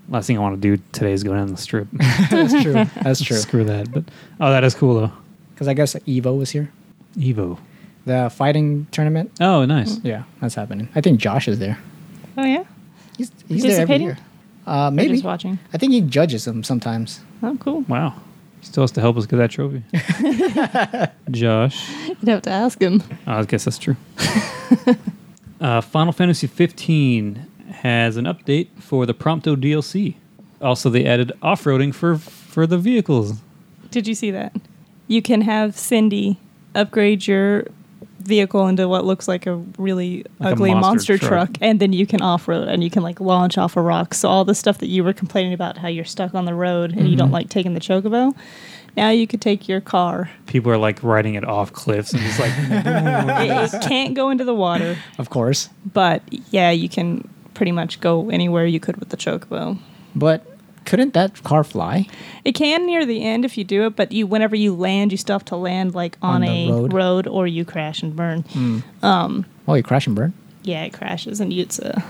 last thing I want to do today is go down the (laughs) strip.
That's (laughs) true. That's true.
Screw that. But oh, that is cool though.
Because I guess Evo was here,
Evo.
the fighting tournament.
Oh, nice.
Yeah, that's happening. I think Josh is there.
Oh yeah.
He's, he's there every
Participating?
year. Uh,
Or
maybe.
Just watching.
I think he judges them sometimes.
Oh cool.
Wow. He still has to help us get that
(laughs)
trophy. Josh. Oh,
You'd have to ask him.
I guess that's
(laughs)
true. uh, Final Fantasy 15 has an update for the Prompto DLC. Also, they added off-roading for for the vehicles.
Did you see that? You can have Cindy upgrade your vehicle into what looks like a really
Like a
ugly
monster
monster,
truck.
truck. and then you can off road and you can like launch off a rock. So all the stuff that you were complaining about how you're stuck on the road and you don't like taking the chocobo, now you could take your car.
People are like riding it off cliffs and just like
(laughs)
it, it can't go into the water,
Of course.
but yeah, you can pretty much go anywhere you could with the chocobo.
But couldn't that car fly?
It can near the end if you do it, but you whenever you land, you still have to land like on,
On the
a road.
road.
or you crash and burn.
Oh, you crash and burn.
Yeah, it crashes and you, it's a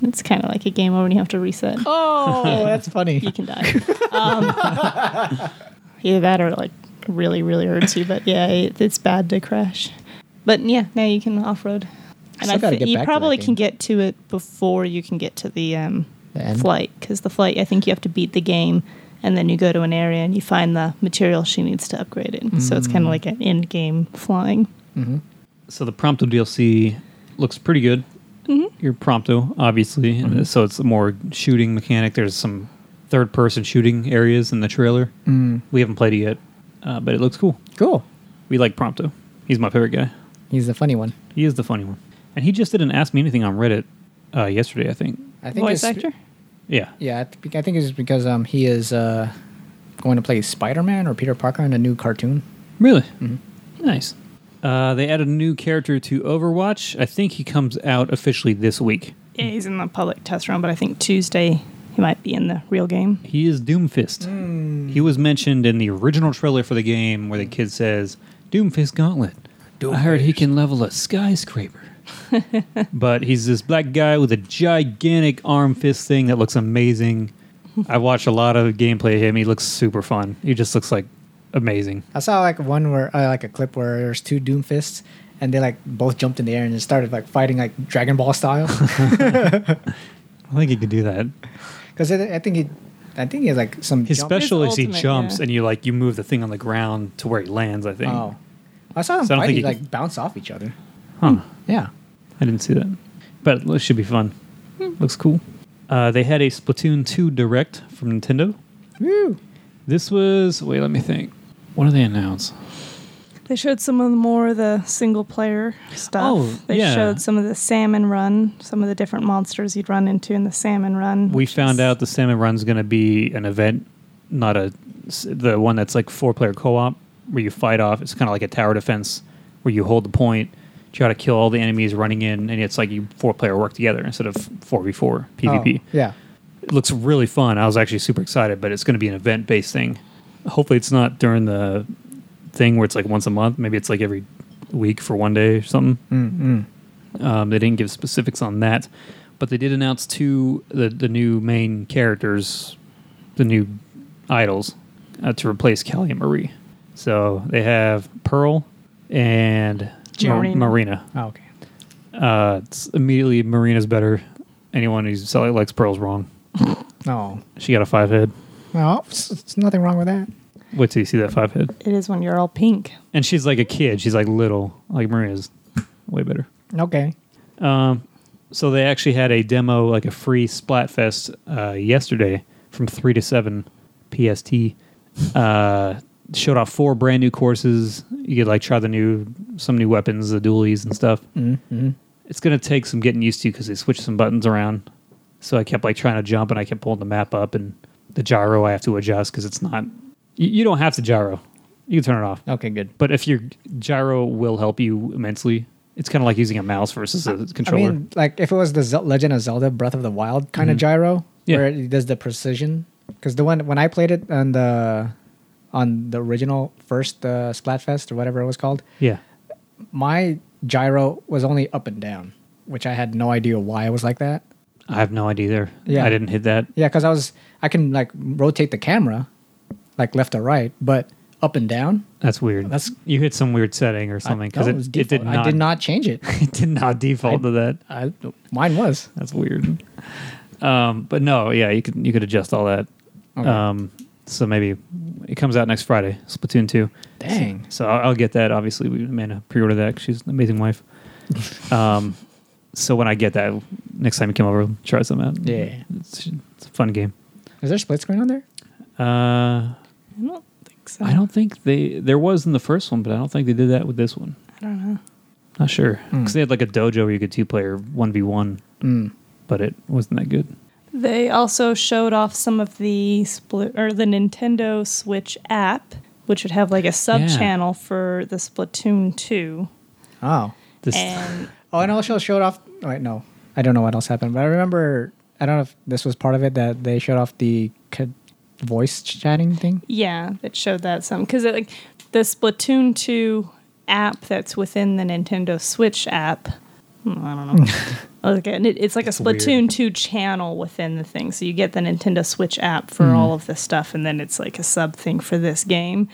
it's kind of like a game over and you have to reset.
Oh, that's funny.
You can die. Um, (laughs) either that or like really really hurts you, but yeah, it, it's bad to crash. But yeah, now you can off road. And
still gotta
thi-
get
you
back to that
probably
game.
can get to it before you can get to the um,
The end?
flight because the flight, I think you have to beat the game, and then you go to an area and you find the material she needs to upgrade it. So it's
Mm.
kind of like an end game flying.
So the Prompto DLC looks pretty good.
Mm-hmm.
Your Prompto, obviously.
Mm-hmm.
and So it's a more shooting mechanic. There's some third person shooting areas in the trailer.
Mm-hmm.
Mm. We haven't played it yet, uh, but it looks cool.
(laughs) Cool.
We like Prompto. He's my favorite guy.
He's the funny one.
He is the funny one. And he just didn't ask me anything on Reddit uh, yesterday, I think.
I think
Voice
it's-
actor?
Yeah.
Yeah, I, th- I think it's because um he is uh going to play Spider Man or Peter Parker in a new cartoon.
Really?
Mm-hmm.
Nice. Uh, they added a new character to Overwatch. I think he comes out officially this week.
Yeah, he's in the public test round, but I think Tuesday he might be in the real game.
He is Doomfist. He was mentioned in the original trailer for the game where the kid says, Doomfist Gauntlet. I heard he can level a skyscraper. (laughs) but he's this black guy with a gigantic arm fist thing that looks amazing. I watched a lot of gameplay of him. He looks super fun. He just looks like amazing.
I saw like one where uh, like a clip where there's two Doomfists and they like both jumped in the air and started like fighting like Dragon
(laughs)
Ball style
I think he could do that.
because I, I think he I think he has like some
His
jump-
special
His
is he
ultimate,
jumps
yeah.
and you like you move the thing on the ground to where he lands, I think.
Oh, I saw them
So I don't think
fighting
he
like
can-
bounce off each other.
Huh.
Yeah.
I didn't see that. Hmm. But it should be fun. Looks cool. Uh, they had a Splatoon 2 direct from Nintendo.
Woo.
This was wait, let me think. What do they announce?
They showed some of the more of the single player stuff.
Oh,
they
yeah.
showed some of the salmon run, some of the different monsters you'd run into in the salmon run.
We
which
found
is-
out the Salmon Run's going to be an event, not a the one that's like four player co op where you fight off. It's kind of like a tower defense where you hold the point, try to kill all the enemies running in, and it's like you four player work together instead of four v four PvP.
Oh, yeah.
It looks really fun. I was actually super excited, but it's going to be an event based thing. Hopefully, it's not during the thing where it's like once a month. Maybe it's like every week for one day or something.
Mm-mm.
Um, they didn't give specifics on that, but they did announce two the the new main characters, the new idols, uh, to replace Callie and Marie. So they have Pearl and Mar-
Marina.
Marina.
Oh, okay.
Uh, it's immediately Marina's better. Anyone who likes Pearl's wrong.
No.
She got a five head.
No, Oh. it's, it's nothing wrong with that.
Wait till you see that five head.
It is when you're all pink.
And she's like a kid. She's like little. Like Marina's way better.
Okay.
So they actually had a demo, like a free Splatfest, uh, yesterday from three to seven PST. Uh, showed off four brand new courses. You could like try the new, some new weapons, the dualies and stuff.
Mm-hmm.
It's gonna take some getting used to because they switched some buttons around. So I kept like trying to jump and I kept pulling the map up and the gyro I have to adjust because it's not. You, you don't have to gyro. You can turn it off.
Okay, good.
But if your gyro will help you immensely, it's kind of like using a mouse versus a
I
controller. Mm-hmm.
mean, like if it was the Zel Legend of Zelda Breath of the Wild kind of gyro,
Yeah.
where it does the precision, because the one when I played it on the on the original first uh, Splatfest or whatever it was called,
yeah.
my gyro was only up and down, which I had no idea why it was like that.
I have no idea there.
Yeah.
I didn't hit that.
Yeah, because I was I can like rotate the camera, like left or right, but up and down.
That's weird.
That's-
you hit some weird setting or
I-
something because
no,
it,
was
it did
default.
not
I did not change it.
(laughs) it did not default
I-
to that.
I, mine was.
That's weird. Um, but no, yeah, you could you could adjust all that.
Okay.
Um, so maybe it comes out next Friday, Splatoon two.
Dang.
So I'll, I'll get that. Obviously, we Amanda pre-order that. 'cause she's an amazing
(laughs)
wife. um, so when I get that next time you come over, we'll try some out.
Yeah.
it's, it's a fun game.
Is there split screen on there?
Uh,
I don't think so.
I don't think they there was in the first one, but I don't think they did that with this one.
I don't know.
Not sure
Hmm.
because they had like a dojo where you could two player one v one,
Mm.
but it wasn't that good.
They also showed off some of the split or the Nintendo Switch app, which would have like a sub channel for the Splatoon two.
Oh.
This
And
Oh, and also showed off. Wait, no, I don't know what else happened, but I remember. I don't know if this was part of it that they showed off the co- voice chatting thing.
Yeah, that showed that some because like the Splatoon two app that's within the Nintendo Switch app. hmm, I don't know. Okay, and it, it's like
It's
a
weird.
Splatoon two channel within the thing, so you get the Nintendo Switch app for all of this stuff, and then it's like a sub thing for this game,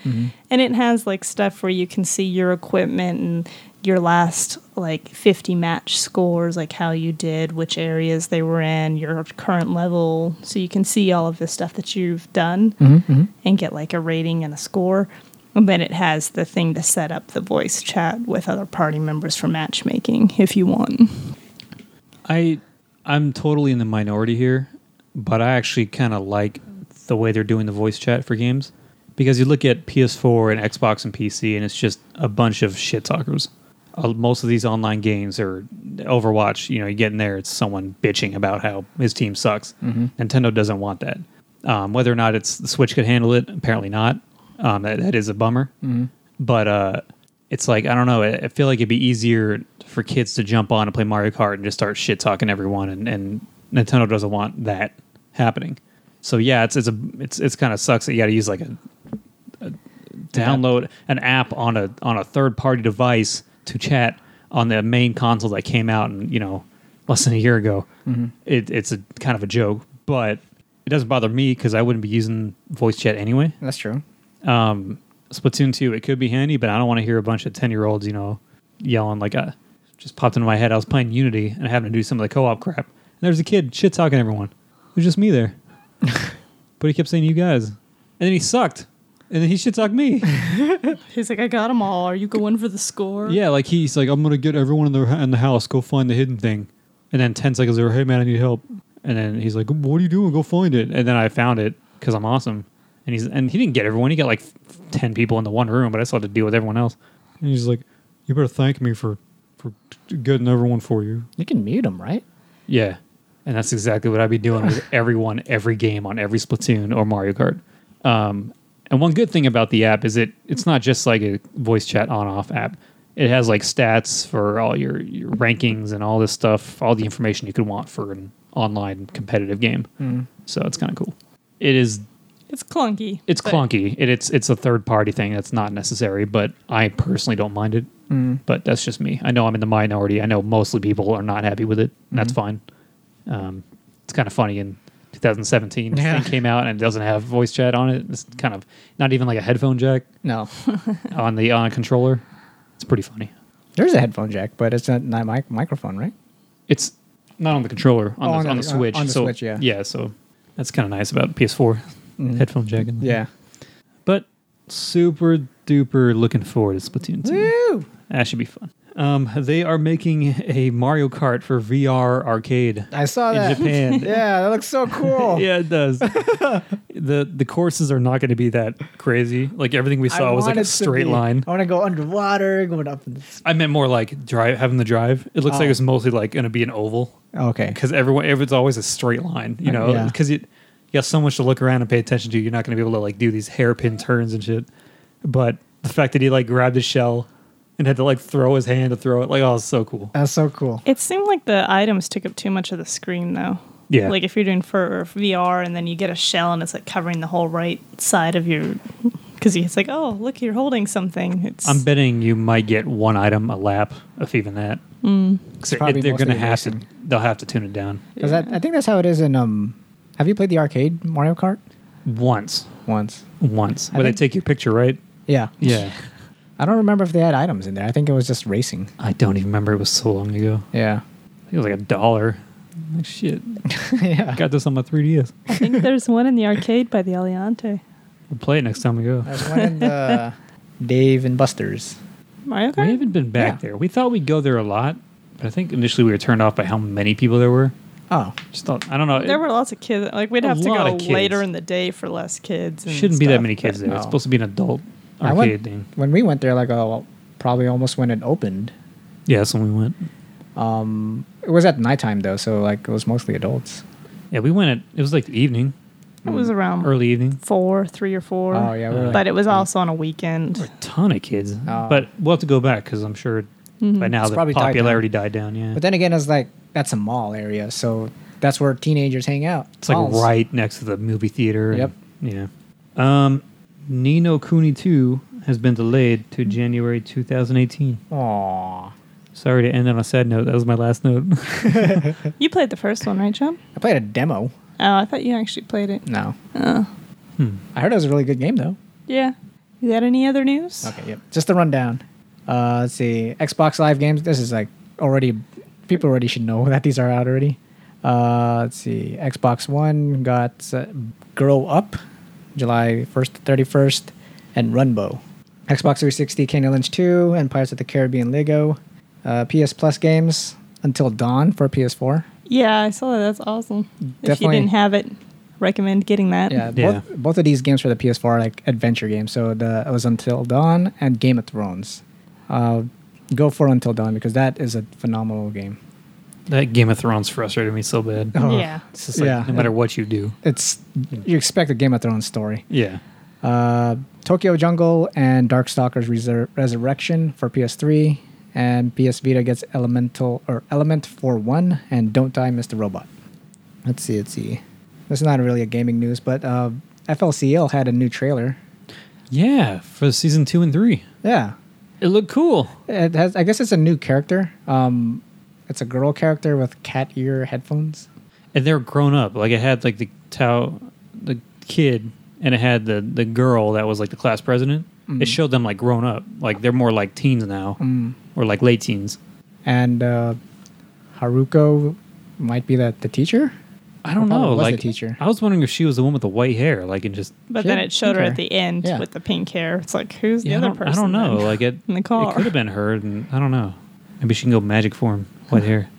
and it has like stuff where you can see your equipment and your last like 50 match scores like how you did which areas they were in your current level so you can see all of this stuff that you've done and get like a rating and a score. And then it has the thing to set up the voice chat with other party members for matchmaking if you want.
I I'm totally in the minority here, but I actually kind of like the way they're doing the voice chat for games because you look at PS4 and Xbox and PC and it's just a bunch of shit talkers. Uh, most of these online games are Overwatch. You know, you get in there, it's someone bitching about how his team sucks. Nintendo doesn't want that. Um, whether or not it's the Switch could handle it, apparently not. Um, that, that is a bummer. But uh, it's like I don't know. I I feel like it'd be easier for kids to jump on and play Mario Kart and just start shit talking everyone, and, and Nintendo doesn't want that happening. So yeah, it's it's a it's it's kind of sucks that you got to use like a, a download an app on a on a third party device to chat on the main console that came out and you know less than a year ago. It, it's a kind of a joke, but it doesn't bother me because I wouldn't be using voice chat anyway.
That's true.
Splatoon 2, it could be handy, but I don't want to hear a bunch of 10 year olds, you know, yelling like I just popped into my head. I was playing Unity and having to do some of the co op crap. And there's a kid shit talking everyone. It was just me there. but he kept saying, you guys. And then he sucked. And then he shit talked me.
He's like, I got them all. Are you going for the score?
yeah, like he's like, I'm going to get everyone in the, in the house. Go find the hidden thing. And then 10 seconds later, hey man, I need help. And then he's like, what are you doing? Go find it. And then I found it because I'm awesome. And he's and he didn't get everyone. He got like 10 people into one room, but I still had to deal with everyone else. And he's like, "You better thank me for for getting everyone for you."
You can mute them, right?
Yeah, and that's exactly what I'd be doing with everyone, every game on every Splatoon or Mario Kart. Um, and one good thing about the app is it it's not just like a voice chat on off app. It has like stats for all your, your rankings and all this stuff, all the information you could want for an online competitive game. So it's kind of cool. It is
It's clunky.
it's
but
clunky. It, it's it's a third party thing that's not necessary, but I personally don't mind it.
Mm.
But that's just me. I know I'm in the minority. I know mostly people are not happy with it. And
Mm-hmm.
That's fine. Um, it's kind of funny in 2017
Yeah.
this thing came out and it doesn't have voice chat on it. It's kind of not even like a headphone
(laughs)
jack
No,
on the on a controller. It's pretty funny.
there's a headphone jack, but it's not, not mic- microphone, right?
It's not on the controller on,
Oh,
the,
on
on,
the-
the Switch.
on the
so,
Switch, yeah. Mm-hmm.
Yeah. So that's kind of nice about PS4 headphone jack. in there.
Yeah.
But super duper looking forward to Splatoon 2.
Woo!
That should be fun. Um, they are making a Mario Kart for VR arcade
I saw
in
that.
Japan.
(laughs) Yeah, that looks so
(laughs)
cool.
yeah, it does. the The courses are not going to be that crazy. Like everything we
I
saw was
want
like
it
a
to
straight
be-
line.
I want to go underwater, going up. In the,
I meant more like drive, having the drive. It looks
Oh.
like it's mostly like going to be an oval
okay.
because everyone, everyone's always a straight line. You know,
Yeah.
because you you got so much to look around and pay attention to. You're not going to be able to like do these hairpin turns and shit. But the fact that he like grabbed his shell and had to like throw his hand to throw it, like, oh, it's so cool.
That's so cool.
It seemed like the items took up too much of the screen, though.
Yeah.
Like if you're doing for VR and then you get a shell and it's like covering the whole right side of your. Because it's like, oh, look, you're holding something. It's
I'm betting you might get one item a lap, if even that. Mm.
probably
they're
mostly
going to have to.
racing.
They'll have to tune it down
'Cause that- I think that's how it is in. Um, have you played the arcade Mario Kart
once,
once?
once.
I
Where they
think-
take your picture, right?
Yeah.
Yeah.
I don't remember if they had items in there. I think it was just racing.
I don't even remember. It was so long ago.
Yeah.
I think it was like a dollar. I'm Like shit.
yeah.
(laughs) Got this on my 3ds.
I think there's one in the arcade by the Aliante.
We'll play it next time we go.
There's one in the Dave and Buster's.
Mario
We
Kart?
haven't been back
Yeah.
there. We thought we'd go there a lot, but I think initially we were turned off by how many people there were.
Oh,
Just thought I don't know.
There
It
were lots of kids. Like we'd
A
have to
lot
go
of kids.
later in the day for less kids. And
shouldn't be that
stuff,
many kids
but-
there. It's
no.
supposed to be an adult
I
arcade
went,
thing.
when we went there, like oh, probably almost when it opened.
Yeah, that's when we went.
Um, it was at nighttime though, so like it was mostly adults.
Yeah, we went at it was like the evening,
It was around
Mm. early evening.
four, three or four.
Oh yeah, we were,
Uh,
like-
but it was also on a
A
weekend.
ton of kids,
Oh. Mm-hmm.
but we'll have to go back because I'm sure by now
It's
the
probably died down.
popularity died down. yeah,
but then again, it's like that's a mall area, so that's where teenagers hang out.
It's like
Malls.
right next to the movie theater. and-
Yep.
Yeah. Um, Nino Cooney 2 has been delayed to January 2018.
Aw.
Sorry to end on a sad note. That was my last note. (laughs)
You played the first one, right, John?
I played a demo.
Oh, I thought you actually played
Mm.
it.
No.
Hmm.
I heard it was a really good game though.
Yeah. You got any other news?
Okay, yep. Just a rundown. Uh, let's see. Xbox Live games. This is like already, people already should know (laughs) that these are out already. Uh, let's see. Xbox One got uh, Grow Up, July 1st to 31st, and Runbow. Xbox 360, Kane and Lynch 2, and Pirates of the Caribbean Lego. Uh, PS Plus games, Until Dawn for PS4.
Yeah, I saw that. That's awesome. If you
Definitely.
didn't have it, recommend getting that.
Yeah,
Yeah.
Both, both of these games for the PS4 are like adventure games. So the it was Until Dawn and Game of Thrones. Uh, go for Until Dawn because that is a phenomenal game.
that Game of Thrones frustrated me so bad.
Oh.
Yeah.
It's just like
Yeah.
no matter what you do.
It's you expect a Game of Thrones story.
Yeah.
Uh, Tokyo Jungle and Darkstalkers Resur- Resurrection for PS3, and PS Vita gets Elemental or Element for one, and Don't Die, Mr. Robot. Let's see, let's see. This is not really a gaming news, but uh, FLCL had a new trailer.
Yeah, for season 2 and 3.
Yeah,
It looked cool.
It has. I guess it's a new character. Um, it's a girl character with cat ear headphones.
and they're grown up. Like it had like the tau, the kid, and it had the the girl that was like the class president.
Mm.
It showed them like grown up. Like they're more like teens now, or like late teens.
And uh, Haruko might be the, the teacher. (laughs)
I don't
probably
know.
was the
Like
teacher.
I was wondering if she was the one with the white hair. Like and just
But then
Yeah,
it showed her
okay.
at the end
Yeah.
with the pink hair. It's like, who's the
Yeah, I
other
don't-
person?
I don't know.
then?
Like it,
(laughs) in the
it
car.
could have been her, and I don't know. Maybe she can go magic form, white
(laughs)
hair.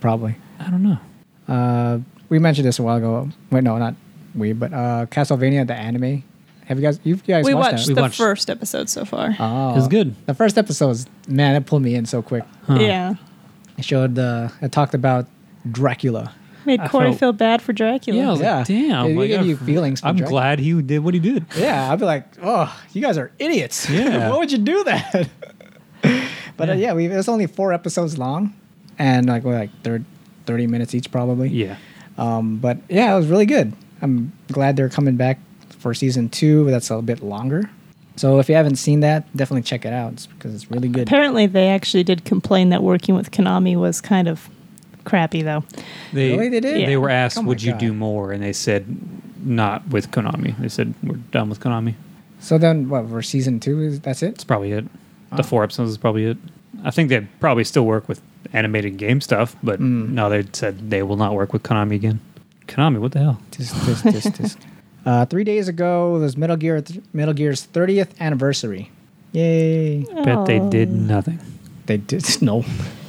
Probably.
I don't know.
Uh, we mentioned this a while ago. Wait, no, not we, but uh, Castlevania the anime. Have you guys? You guys
we
watched,
watched
We
that?
the
watched- Uh,
first episode so far.
Oh,
It was good.
The first episode was man, it pulled me in so quick.
Huh.
Yeah.
It showed the. It talked about Dracula.
Made
I
Corey
felt-
feel bad for Dracula.
Yeah, I was like,
Yeah.
damn.
It
like,
gave
I-
you feelings for
I'm
Dracula.
glad he did what he
(laughs)
did.
Yeah, I'd be like, oh, you guys are idiots. (laughs)
Yeah.
Why would you do that? (laughs) but yeah, uh,
Yeah.
yeah we, it's only four episodes long and like, we're like thir- 30 minutes each probably.
Yeah.
Um, but yeah, it was really good. I'm glad they're coming back for season two. That's a bit longer. So if you haven't seen that, definitely check it out it's because it's really good.
Apparently, they actually did complain that working with Konami was kind of crappy, though.
They,
Really, they did?
They were
Yeah.
asked,
Oh my
"Would you
God.
do more?" And they said, "Not with Konami." They said, "We're done with Konami."
So then what, for season two, is that's it?
It's probably it. The four episodes is probably it. I think they probably still work with animated game stuff, but no, they said they will not work with Konami again. Konami, what the hell?
Tisk, tisk, tisk, tisk. Uh, three days ago was Metal Gear, Metal Gear's 30th anniversary. Yay!
Bet they did
Oh.
nothing.
They did (laughs) no.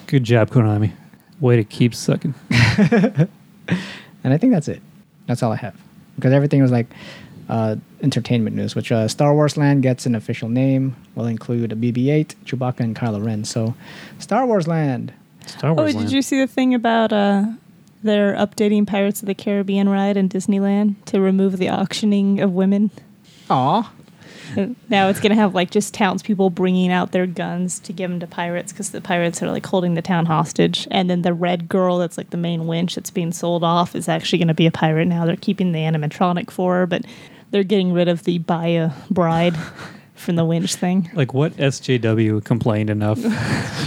Good job, Konami. Way to keep sucking.
And I think that's it. That's all I have. Because everything was like uh, entertainment news, which uh, Star Wars Land gets an official name, will include a BB 8, Chewbacca, and Kylo Ren. So, Star Wars Land.
Star
Oh,
Wars.
did
Land.
you see the thing about uh, they're updating Pirates of the Caribbean ride in Disneyland to remove the auctioning of women?
Aw.
And (laughs) now it's going to have like just townspeople bringing out their guns to give them to pirates because the pirates are like holding the town hostage. And then the red girl that's like the main winch that's being sold off is actually going to be a pirate now. They're keeping the animatronic for her, but they're getting rid of the buy a
(laughs)
bride from the winch thing.
Like what SJW complained enough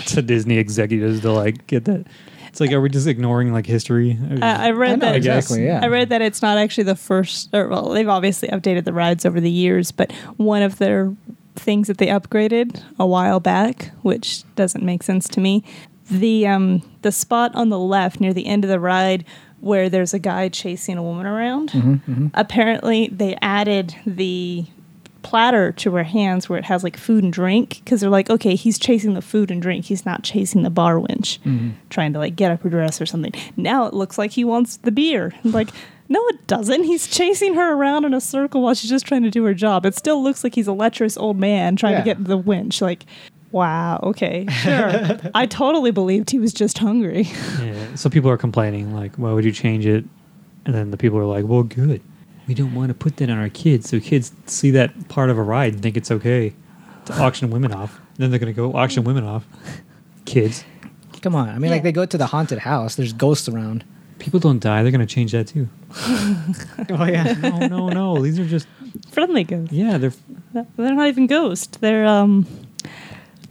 to Disney executives to like get that? It's like, are we just ignoring like history?
I, I read
I know,
that
exactly, yeah.
I read that it's not actually the first. Or, well, they've obviously updated the rides over the years, but one of their things that they upgraded a while back, which doesn't make sense to me, the um, the spot on the left near the end of the ride where there's a guy chasing a woman around. Apparently, they added the platter to her hands where it has like food and drink because they're like, okay, he's chasing the food and drink. He's not chasing the bar winch, trying to like get up her dress or something. Now it looks like he wants the beer. I'm like, no, it doesn't. He's chasing her around in a circle while she's just trying to do her job. It still looks like he's a lecherous old man trying to
Yeah.
get the winch. Like, wow, okay, sure. I totally believed he was just hungry. (laughs)
Yeah, so people are complaining, like, why would you change it? And then the people are like, well, good. We don't want to put that on our kids. So kids see that part of a ride and think it's okay to auction women off. Then they're going to go auction women off. kids.
Come on. I mean, like,
(laughs)
Yeah.
they go to the haunted house, there's ghosts around.
People don't die. They're going to change that too.
oh yeah.
No, no, no. These are just
Friendly ghosts.
yeah. They're
They're not even ghosts. They're um,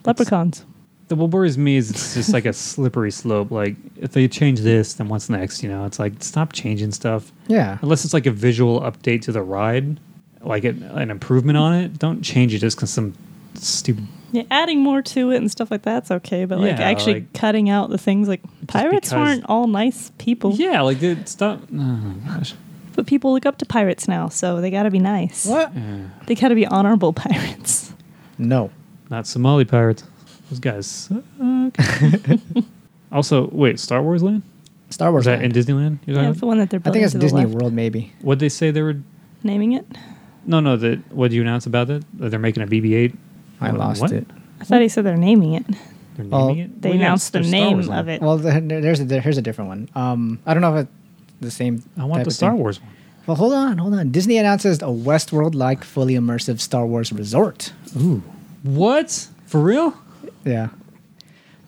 leprechauns.
the what worries me is it's just like a slippery slope. Like if they change this, then what's next? You know, it's like stop changing stuff.
Yeah.
Unless it's like a visual update to the ride, like an, an improvement on it. Don't change it just because some stupid
Yeah, adding more to it and stuff like that's okay, but like
Yeah,
actually
like-
cutting out the things like pirates
because-
weren't all nice people.
Yeah, like dude, stop. Oh my gosh.
But people look up to pirates now, so they gotta be nice.
What?
Yeah.
They gotta be honorable (laughs) pirates.
No.
(sighs) Not Somali pirates. Those guys. Suck. (laughs) also, wait, Star Wars Land?
Star
Or
Wars.
is that in
Land.
Disneyland? You're talking
Yeah,
about?
the one that they're
I
building
think it's
to the
Disney
left.
World, maybe.
What'd they say they were?
naming it.
No, no. That what did you announce about it? That they're making a BB-8.
I
What-
lost
what?
it.
I thought he said they're naming it.
They're naming
Well,
it.
They
Well, yeah,
announced the
there's Star Wars
name
Land.
of it.
Well, there- there's a, here's a different one. Um, I don't know if it's the same.
I want
type
the
of
Star
thing.
Wars one.
Well, hold on, hold on. Disney announces a Westworld-like, fully immersive Star Wars resort.
Ooh. What? For
(laughs)
real?
Yeah.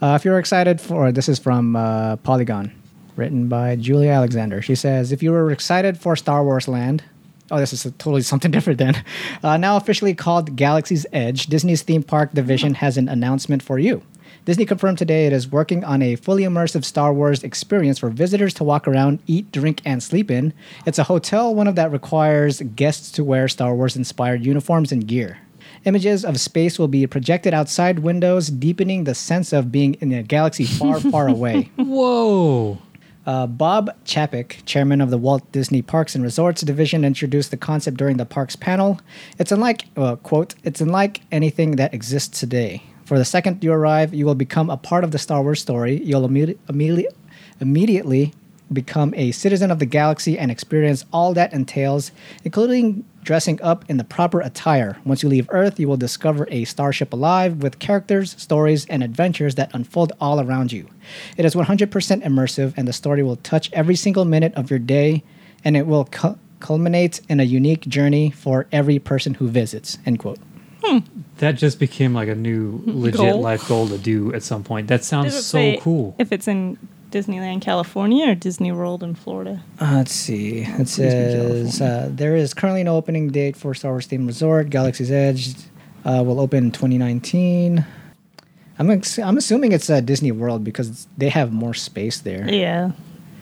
Uh, if you're excited for this is from uh, Polygon, written by Julia Alexander. She says, if you were excited for Star Wars Land, oh, this is totally (laughs) something different then. Uh, now officially called Galaxy's Edge, Disney's theme park division has an announcement for you. Disney confirmed today it is working on a fully immersive Star Wars experience for visitors to walk around, eat, drink, and sleep in. It's a hotel, one of that requires guests to wear Star Wars inspired uniforms and gear. Images of space will be projected outside windows, deepening the sense of being in a galaxy far, far away.
Whoa.
Uh, Bob Chapek, chairman of the Walt Disney Parks and Resorts Division, introduced the concept during the parks panel. It's unlike, uh, quote, it's unlike anything that exists today. For the second you arrive, you will become a part of the Star Wars story. You'll immedi- immediately, immediately become a citizen of the galaxy and experience all that entails, including dressing up in the proper attire. Once you leave Earth, you will discover a starship alive with characters, stories, and adventures that unfold all around you. It is 100% immersive, and the story will touch every single minute of your day, and it will cu- culminate in a unique journey for every person who visits. End quote.
That just became like a
(laughs)
new legit
Goal.
life goal to do at some point. That
Does it
sounds so
say
cool.
If it's in Disneyland, California, or Disney World in Florida.
Uh, let's see. It says uh, there is currently no opening date for Star Wars Theme Resort. Galaxy's Edge uh, will open in 2019. I'm ex- I'm assuming it's uh, Disney World because they have more space there.
Yeah,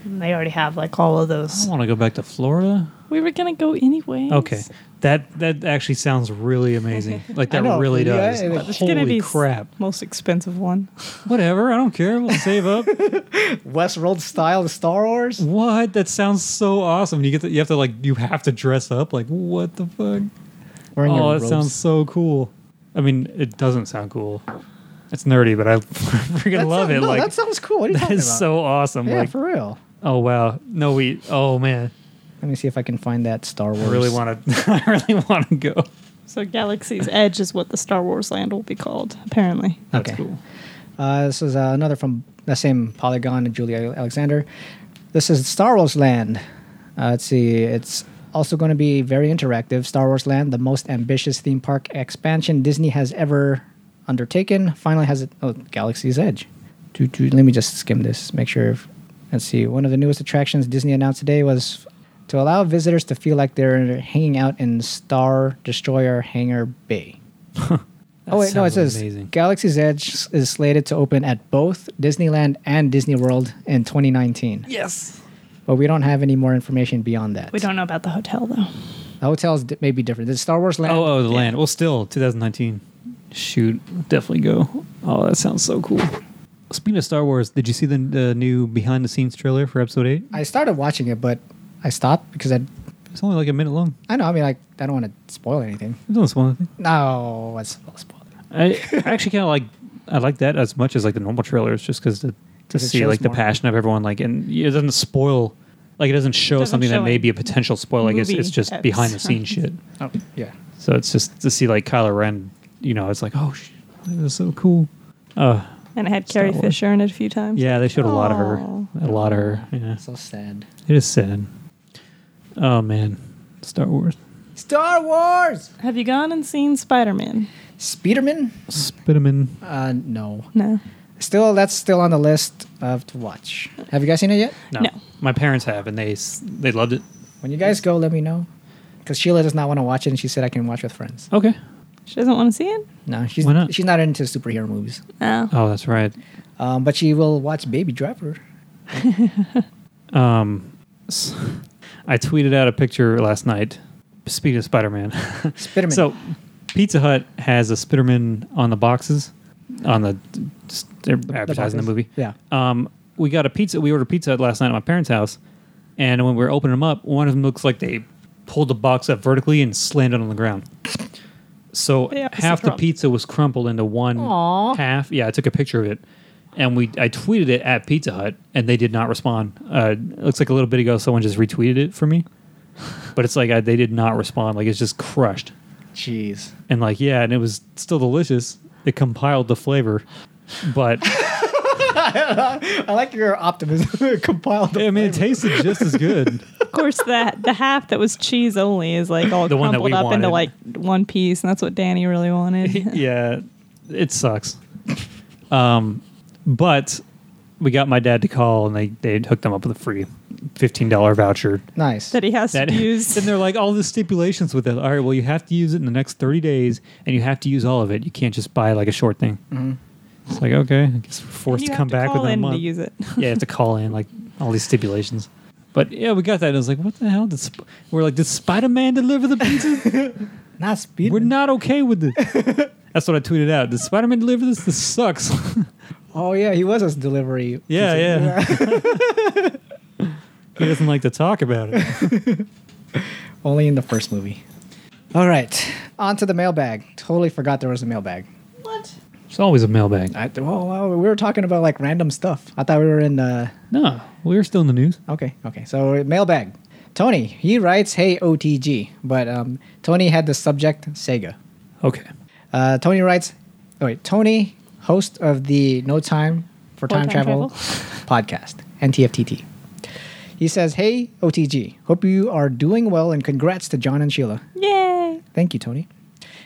they already have like all of
I
those.
want to go back to Florida.
We were gonna go anyway.
Okay. That that actually sounds really amazing. Like
I
that
know,
really
yeah,
does.
it-
Like,
It's
holy
gonna be s-
crap.
Most expensive one.
Whatever, I don't care. We'll save
(laughs)
up.
Westworld style Star Wars.
what? That sounds so awesome. You get to, you have to like you have to dress up. Like what the fuck?
Wearing
oh,
your
that
robes.
sounds so cool. I mean, it doesn't sound cool. It's nerdy, but I (laughs) freaking
That
love
sound-
it.
No,
like
that sounds cool. What are
(laughs)
you
that
talking
is
about?
so awesome.
yeah,
like
for real.
oh wow. No, we oh man.
Let me see if I can find that Star Wars.
I really want to (laughs) I really want to go.
So Galaxy's Edge is what the Star Wars land will be called, apparently.
That's
Okay.
cool.
Uh, this is uh, another from the same Polygon and Julia Alexander. This is Star Wars Land. Uh, let's see. It's also going to be very interactive. Star Wars Land, the most ambitious theme park expansion Disney has ever undertaken, finally has it. Oh, Galaxy's Edge. Doo, doo, let me just skim this. Make sure. If, let's see. One of the newest attractions Disney announced today was to allow visitors to feel like they're hanging out in Star Destroyer Hangar Bay.
(laughs) That
Oh wait, no, it
sounds
says
amazing.
Galaxy's Edge is slated to open at both Disneyland and Disney World in 2019,
Yes.
but we don't have any more information beyond that.
We don't know about the hotel though.
The hotels d- may be different. The Star Wars Land.
Oh, oh, the land. Well, still 2019. Shoot, definitely go. Oh, that sounds so cool. Speaking of Star Wars, did you see the, the new behind the scenes trailer for Episode Eight?
I started watching it, but I stopped because I,
It's only like a minute long.
I know. I mean, like, I don't want to spoil anything.
It doesn't spoil anything.
No, what's I'll spoil? it.
I I actually kind of like I like that as much as like the normal trailers, just because to to
'Cause it
see
shows
like the
more.
passion of everyone, like and it doesn't spoil, like it doesn't show
Doesn't
something
show
that may
it.
be a potential spoil. Like it's
Movie
it's just
eps-
behind the scenes shit.
Oh, yeah.
So it's just to see like Kylo Ren, you know, it's like oh, sh- that's so cool. Uh,
And it had
Star
Carrie
Wars.
Fisher in it a few times.
yeah, they showed a lot of her,
Aw.
a lot of her. Yeah,
So sad.
it is sad. Oh man, Star Wars,
Star Wars.
Have you gone and seen Spider Man?
Spiderman?
Spiderman.
Uh, no.
No.
Still, that's still on the list of to watch. Have you guys seen it yet?
No.
No.
My parents have, and they s- they loved it.
When you guys go, let me know. Because Sheila does not want to watch it, and she said I can watch with friends.
Okay.
She doesn't want to see it?
No, she's
Why not?
she's not into superhero movies,
No.
Oh, that's right.
um, but she will watch Baby Driver.
Um, s- I tweeted out a picture last night. Speaking of Spider (laughs) Man,
Spiderman.
so Pizza Hut has a Spiderman on the boxes, on the s- they're advertising the
boxes.
movie.
Yeah.
Um, we got a pizza. We ordered pizza last night at my parents' house, and when we were opening them up, one of them looks like they pulled the box up vertically and slammed it on the ground. So
Yeah, it's
half
the
the
crumb.
pizza was crumpled into one
Aw.
half. Yeah, I took a picture of it, and we I tweeted it at Pizza Hut, and they did not respond. Uh, it looks like a little bit ago, someone just retweeted it for me, but it's like I, they did not respond. Like it's just crushed,
Jeez.
and like yeah, and it was still delicious. It compiled the flavor, but
I like your optimism. (laughs) Compiled.
I mean, it tasted just as good.
Of course, (laughs) the, the half that was cheese only is like all
The one that
crumpled
we
up into
wanted.
like one piece, and that's what Danny really (laughs) wanted.
(laughs) yeah, it sucks. Um, but we got my dad to call, and they they hooked them up with a free fifteen dollar voucher.
Nice.
That he has
That, (laughs)
to use.
and they're like all the stipulations with it. All right, well, you have to use it in the next thirty days, and you have to use all of it. You can't just buy like a short thing. It's like okay, I guess we're forced
You
to
have
come back
call
within a
in
month.
to use it.
yeah, you have to call in like all these stipulations. But yeah, we got that. And I was like, what the hell? Did Sp-? We're like, did Spider Man deliver the pizza?
not speed.
We're not okay with it. (laughs) That's what I tweeted out. Did Spider Man deliver this? This (laughs) sucks.
Oh yeah, he was a delivery.
yeah, yeah. (laughs) he doesn't like to talk about it.
Only in the first movie. All right, on to the mailbag. Totally forgot there was a mailbag.
What?
It's always a mailbag.
I, well, well, we were talking about like random stuff. I thought we were in. Uh,
No, we were still in the news.
okay, okay. So mailbag. Tony he writes, "Hey OTG," but um, Tony had the subject Sega.
Okay.
Uh, Tony writes, oh wait, Tony, host of the No Time for Time,
Time
Travel, (laughs)
Travel.
podcast, NTFTT. He says, Hey, OTG, hope you are doing well and congrats to John and Sheila.
Yay!
Thank you, Tony.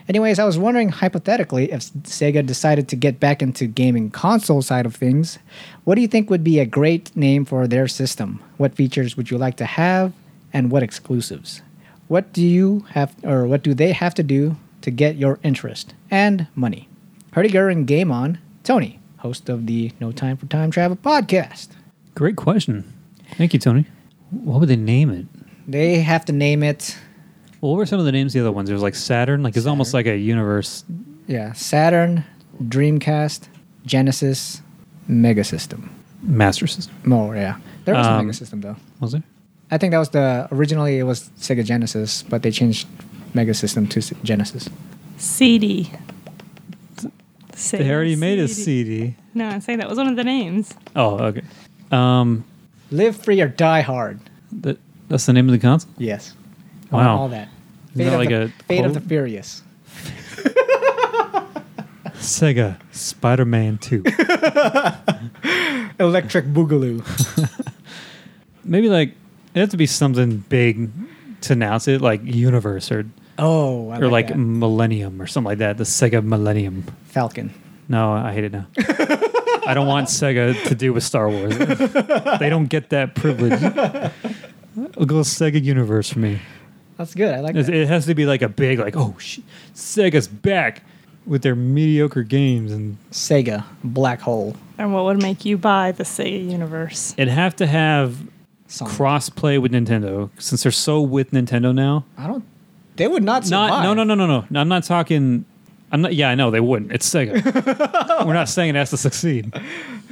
Anyways, I was wondering hypothetically if Sega decided to get back into gaming console side of things, what do you think would be a great name for their system? What features would you like to have and what exclusives? What do you have or what do they have to do to get your interest and money? Herdiger and Game On, Tony, host of the No Time for Time Travel podcast.
Great question. Thank you, Tony. What would they name it?
They have to name it
Well, what were some of the names? of The other ones. There was like Saturn. Like it's almost like a universe.
yeah, Saturn, Dreamcast, Genesis, Mega System.
Master System.
More, yeah. There was a
Um,
Mega System though.
Was there?
I think that was the originally it was Sega Genesis, but they changed Mega System to S- Genesis.
CD. Say
They already made a
CD.
CD.
No, I'm saying that was one of the names.
Oh, okay. Um,
Live free or die hard.
that, that's the name of the console.
Yes. I want
Wow.
All that.
Isn't that
of
like
the,
a
Fate of
quote?
the Furious.
Sega Spider Man (laughs) Two.
Electric Boogaloo.
(laughs) maybe like it has to be something big to announce it, like Universe or
Oh, I
or like
that.
Millennium or something like that. The Sega Millennium.
Falcon.
No, I hate it now. I don't want Sega to do with Star
(laughs)
Wars. they don't get that privilege. We'll go Sega Universe for me.
That's good. I like
It
that.
it has to be like a big, like oh shit, Sega's back with their mediocre games, and
Sega Black Hole.
And what would make you buy the Sega Universe?
it'd have to have
Sonic.
cross play with Nintendo since they're so with Nintendo now.
I don't. They would not survive.
Not no no no no no. No, I'm not talking. I'm not. Yeah, I know they wouldn't. It's
(laughs)
Sega. We're not saying it has to succeed,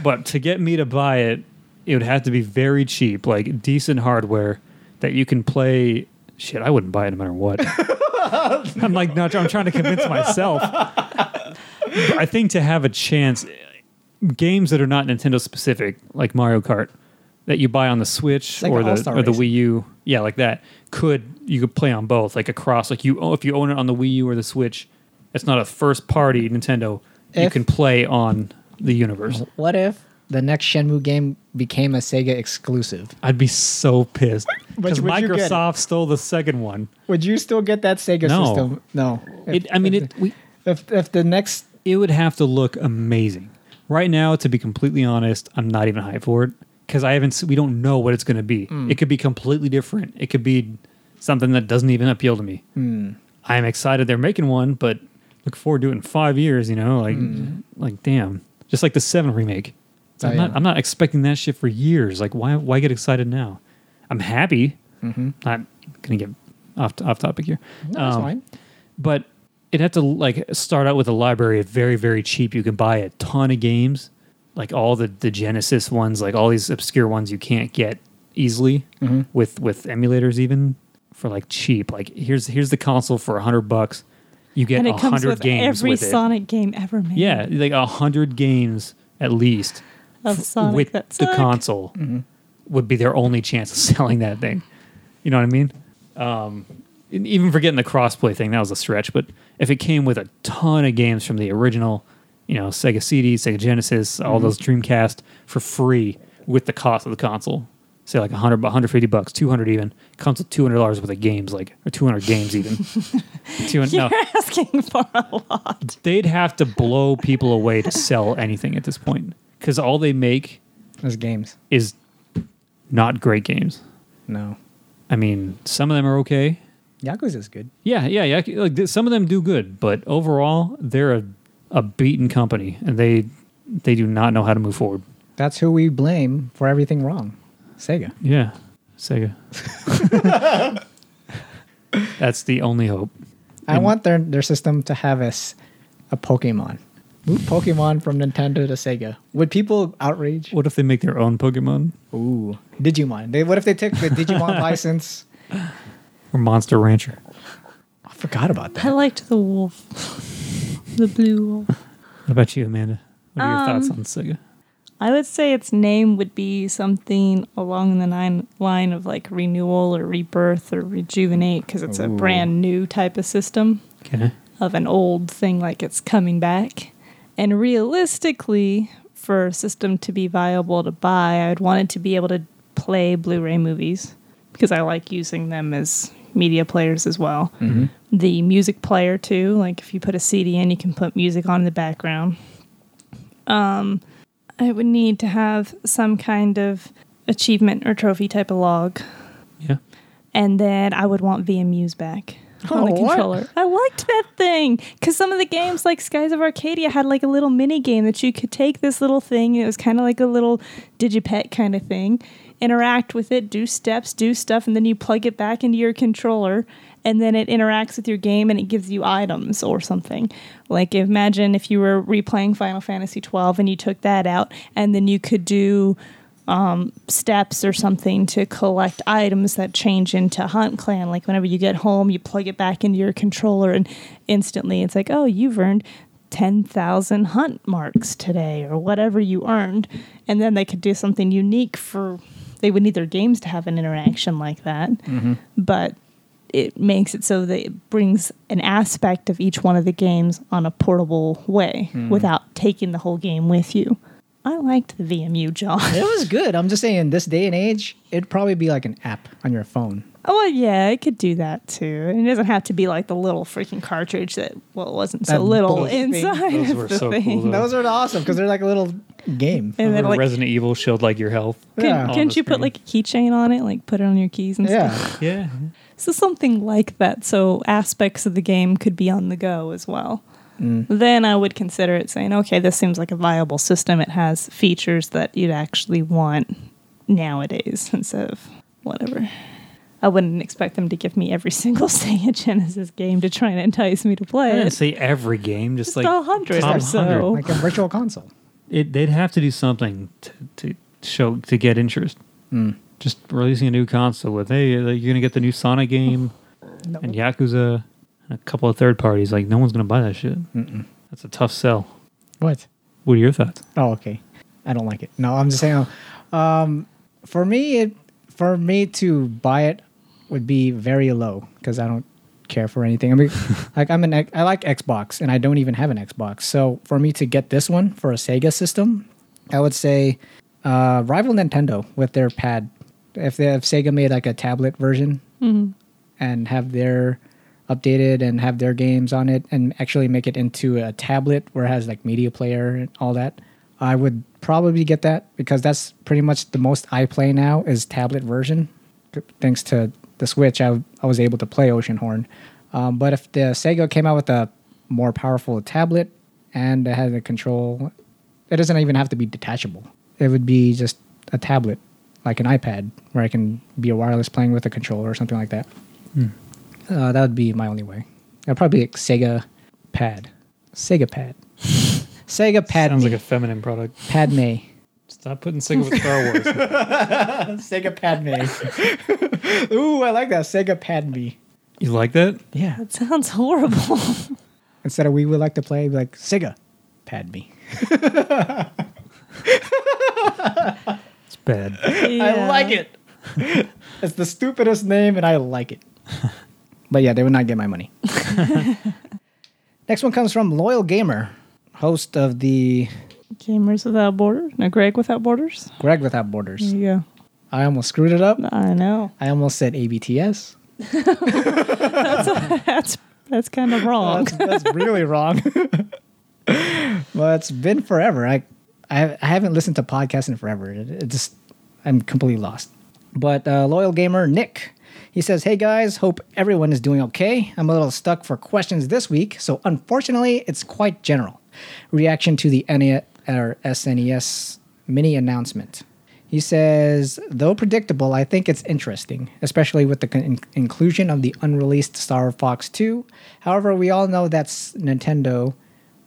but to get me to buy it, it would have to be very cheap, like decent hardware that you can play. Shit, I wouldn't buy it no matter
(laughs)
what. I'm like, no, I'm trying to convince myself. But I think to have a chance, games that are not Nintendo specific, like Mario Kart, that you buy on the Switch
like
or
an
the
All-Star
or the
race.
Wii U, yeah, like that, could you could play on both, like across, like you if you own it on the Wii U or the Switch, it's not a first party Nintendo. you
If-
can play on the universe.
What if the next Shenmue game became a Sega exclusive?
I'd be so pissed
But
because
would you get it?
Microsoft stole the second one.
Would you still get that Sega
No.
system? No. If,
It, I mean, it we,
if, if the next
it would have to look amazing. Right now, to be completely honest, I'm not even hyped for it because I haven't. s- We don't know what it's going to be.
Hmm.
It could be completely different. It could be something that doesn't even appeal to me.
Hmm.
I'm excited they're making one, but look forward to it in five years. You know, like like damn, just like the Seven remake.
Hmm. Oh,
I'm not.
yeah.
I'm not expecting that shit for years. Like why? Why get excited now? I'm happy. Not gonna get off off topic here.
Mm-hmm. No, that's
Um,
fine.
but it'd have to like start out with a library of very very cheap you can buy a ton of games like all the the genesis ones like all these obscure ones you can't get easily with with emulators even for like cheap like here's here's the console for 100 bucks you get
and it comes
100
with
games
every
with it
Sonic game ever made.
yeah like 100 games at least
Of
f-
Sonic
with
that
the
suck.
console would be their only chance of (laughs) selling that thing. You know what I mean? Um, and even forgetting the crossplay thing, that was a stretch. But if it came with a ton of games from the original, you know, Sega CD, Sega Genesis, all those Dreamcast for free with the cost of the console, say like 100, bu- 150 bucks, 200 even, comes with 200 dollars worth of games, like or 200 games
(laughs)
even. 200,
(laughs) You're
no,
asking for a lot.
they'd have to blow people away to sell anything at this point because all they make
Those games.
is not great games.
No.
I mean, some of them are okay.
Yakuza is good.
Yeah, yeah, yeah. Like th- some of them do good, but overall, they're a, a beaten company, and they they do not know how to move forward.
That's who we blame for everything wrong. Sega.
Yeah, Sega. (laughs) That's the only hope.
I want their their system to have us a Pokemon. Move Pokemon from Nintendo to Sega. Would people outrage?
What if they make their own Pokemon
Ooh, Digimon. They what if they took the (laughs) Digimon license?
or Monster Rancher?
I forgot about
I
that.
liked the wolf, the blue wolf.
What about you, Amanda? What are your thoughts on Sega?
I would say its name would be something along the nine line of like renewal or rebirth or rejuvenate because it's a brand new type of system
Okay.
of an old thing like it's coming back. And realistically, for a system to be viable to buy, I'd want it to be able to play Blu ray movies because I like using them as media players as well. The music player, too, like if you put a CD in, you can put music on in the background. Um, I would need to have some kind of achievement or trophy type of log.
Yeah.
And then I would want
(laughs)
VMUs back on
Oh,
the
what?
controller. I liked that thing because some of the games, like Skies of Arcadia, had like a little mini game that you could take this little thing. It was kind of like a little digipet kind of thing, interact with it, do steps, do stuff, and then you plug it back into your controller. And then it interacts with your game and it gives you items or something. Like imagine if you were replaying Final Fantasy twelve and you took that out, and then you could do steps or something to collect items that change into Hunt Clan. Like whenever you get home, you plug it back into your controller, and instantly it's like, oh, you've earned 10,000 Hunt marks today, or whatever you earned. And then they could do something unique for, they would need their games to have an interaction like that. But it makes it so that it brings an aspect of each one of the games on a portable way without taking the whole game with you. I liked the VMU, John.
It was good. I'm just saying, this day and age, it'd probably be like an app on your phone.
Oh well, yeah, it could do that too. And it doesn't have to be like the little freaking cartridge that well, it wasn't so
That
little
bullet thing.
inside
Those
of
were
the
so cool,
thing.
though.
Those are awesome because they're like a little game.
and then like,
Resident Evil showed like your health.
could,
Yeah.
on
couldn't
the
you put
screen.
like a keychain on it? Like put it on your keys and stuff.
Yeah,
Yeah.
So something like that. So aspects of the game could be on the go as well. Then I would consider it saying, okay, this seems like a viable system. It has features that you'd actually want nowadays (laughs) instead of whatever. I wouldn't expect them to give me every (laughs) single Sega Genesis game to try and entice me to play
I
it.
didn't say every game, just,
Just
like
a hundred
top
or so.
like a virtual console.
it, they'd have to do something to, to show to get interest. Just releasing a new console with hey, like, you're gonna get the new Sonic game and Yakuza, and a couple of third parties. Like no one's gonna buy that shit. That's a tough sell.
What?
What are your thoughts?
Oh, okay. I don't like it. No, I'm just saying. Um, for me, it for me to buy it would be very low because I don't care for anything. I mean, like I'm an ex- I like Xbox and I don't even have an Xbox. So for me to get this one for a Sega system, I would say uh, rival Nintendo with their pad. If they if Sega made like a tablet version and have their updated and have their games on it and actually make it into a tablet where it has like media player and all that, I would probably get that because that's pretty much the most I play now is tablet version. Thanks to the Switch, I, I was able to play Ocean Horn. Um, but if the Sega came out with a more powerful tablet and it has a control, it doesn't even have to be detachable. It would be just a tablet, like an iPad, where I can be a wireless playing with a controller or something like that.
Hmm.
Uh, that would be my only way. I'd probably like Sega Pad, Sega Pad, Sega Pad.
Sounds like a feminine product.
Padme.
Stop putting Sega with Star Wars.
Sega Padme. (laughs) Ooh, I like that Sega Padme.
(laughs) You like that?
Yeah.
That sounds horrible.
Instead of we would like to play, be like Sega Padme.
It's bad.
I like it. (laughs) it's the stupidest name, and I like it. but yeah, they would not get my money. Next one comes from Loyal Gamer, host of the
Gamers Without Borders. No, Greg Without Borders.
Greg Without Borders.
There you
I almost screwed it up.
go. I know.
I almost said ABTS.
That's that's kind of wrong.
That's, that's really (laughs) wrong. well, it's been forever. I, I I haven't listened to podcasts in forever. It, it just I'm completely lost. But uh, loyal gamer Nick, he says, "Hey guys, hope everyone is doing okay. I'm a little stuck for questions this week, so unfortunately, it's quite general. Reaction to the NES or SNES mini announcement." He says, though predictable, I think it's interesting, especially with the con- inclusion of the unreleased Star Fox 2. However, we all know that s- Nintendo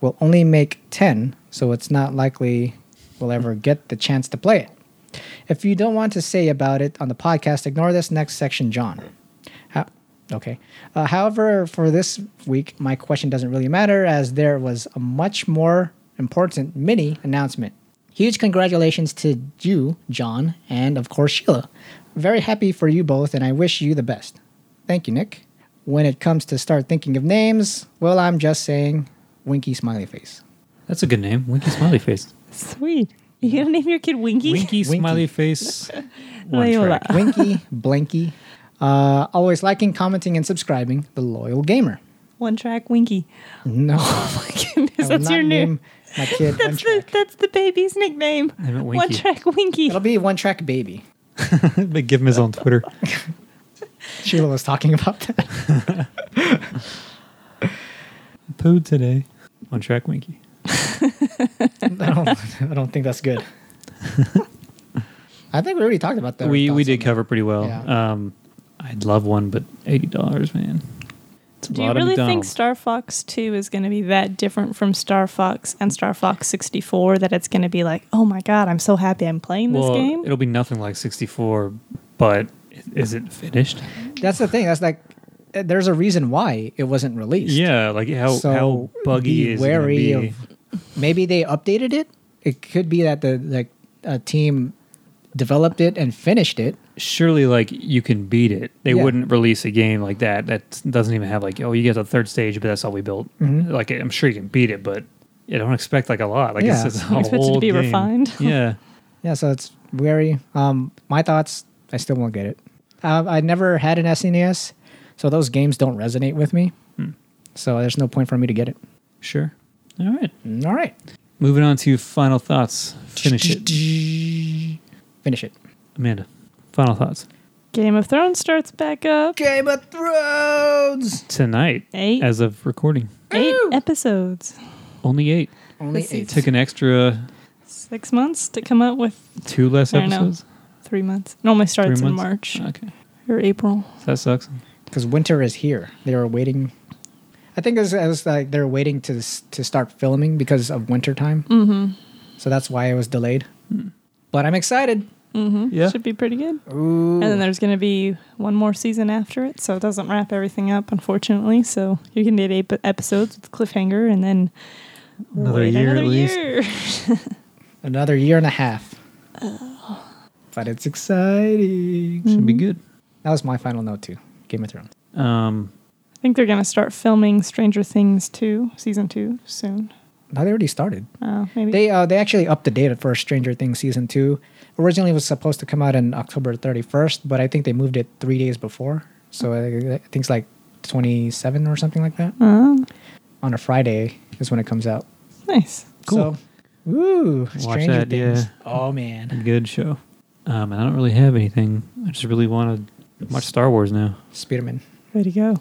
will only make 10, so it's not likely we'll ever get the chance to play it. If you don't want to say about it on the podcast, ignore this next section, John. How- okay. Uh, however, for this week, my question doesn't really matter as there was a much more important mini announcement. Huge congratulations to you, John, and of course, Sheila. Very happy for you both, and I wish you the best. Thank you, Nick. When it comes to start thinking of names, well, I'm just saying winky smiley
(laughs)
face.
That's a good name. Winky Smiley Face.
(laughs) Sweet. You gonna name your kid Winky?
Winky, Smiley (laughs) Face. One
Loyola.
track.
(laughs)
Winky, blanky. Uh, always liking, commenting, and subscribing. The Loyal Gamer.
One track Winky.
No.
My goodness,
I will
(laughs) that's
not
your name.
name my kid one
(laughs) That's the
track.
that's the baby's nickname.
meant
One
Winky.
track Winky.
It'll be one track baby.
they give him his own Twitter.
Sheila was talking about that. (laughs)
Pooed today.
One track Winky.
I don't, I don't think that's good. (laughs) I think we already talked about that.
We we did cover pretty well.
Yeah.
Um, I'd love one, but eighty dollars, man. It's a
Do
lot
you really
of
think
McDonald's.
Star Fox 2 is going to be that different from Star Fox and Star Fox 64 that it's going to be like, oh my God, I'm so happy I'm playing this
well,
game?
it'll be nothing like sixty four, but i- is it finished?
That's the thing. That's like, uh, there's a reason why it wasn't released.
Yeah, like how
So
how buggy
be
is
wary
it gonna be?
of. Maybe they updated it. It could be that the like a team developed it and finished it.
surely like you can beat it. They
Yeah.
wouldn't release a game like that that doesn't even have like oh you get the third stage, but that's all we built.
Mm-hmm.
Like I'm sure you can beat it, but I don't expect like a lot. Like
Yeah.
(laughs)
it's, it's a
You expect it to
whole
be
game.
refined.
(laughs) Yeah,
Yeah, so it's wary. Um, my thoughts. I still won't get it. Uh, I never had an SNES, so those games don't resonate with me.
Hmm.
So there's no point for me to get it.
sure. All right,
All right,
moving on to final thoughts. Finish it,
finish it.
Amanda. Final thoughts
Game of Thrones starts back up.
Game of Thrones.
tonight
Eight.
as of recording.
Eight episodes.
Only eight.
Only
This
eight.
Took an extra
Six months to come up with
two less
I don't know.
episodes.
three months. It normally starts in
months?
March
Okay,
or April.
that sucks.
because winter is here. They were waiting. I think it was, it was like they're waiting to s- to start filming because of winter time. Mm-hmm. So that's why it was delayed.
Hmm.
But I'm excited.
Yeah,
Hmm. Should be pretty good. And then there's going to be one more season after it, so it doesn't wrap everything up, unfortunately. So you're going to get eight episodes with cliffhanger and then
Another
wait
year at least.
year. (laughs)
Another year and a half. But it's exciting.
should
Mm-hmm.
be good.
That was my final note too. Game of Thrones.
Um,
I think they're going to start filming Stranger Things 2, season 2, soon.
No, they already started.
Oh, maybe.
They uh, they actually upped the date for Stranger Things season two. Originally, it was supposed to come out on October 31st, but I think they moved it three days before. So I I think it's like 27 or something like that.
oh,
On a Friday is when it comes out.
nice.
Cool.
So Ooh,
Watch
Stranger
that,
Things.
yeah.
Oh man,
Good show. Um, and I don't really have anything. I just really want to watch Star Wars now.
Spiderman.
Way to go,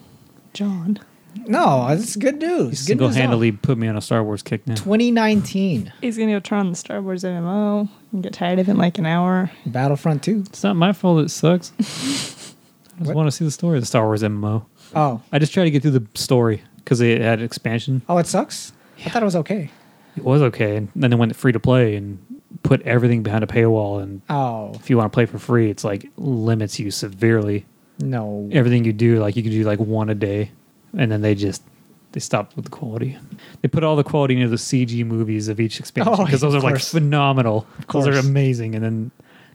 John.
No, it's good news. Good
Single
news.
handedly put me on a Star Wars kick now.
2019
He's gonna go turn on the Star Wars MMO and get tired of it in like an hour.
Battlefront 2.
It's not my fault it sucks. I just
What?
want to see the story of the Star Wars MMO.
Oh,
I just tried to get through the story because it had expansion.
oh, it sucks. I thought it was okay.
It was okay. And then it went free to play and put everything behind a paywall. And
Oh
if you want to play for free, it's like limits you severely.
no.
Everything you do, like you can do like one a day. And then they just, they stopped with the quality. They put all the quality into the CG movies of each expansion
Oh,
because those are
of
like
course.
phenomenal. Those are
course.
amazing. And then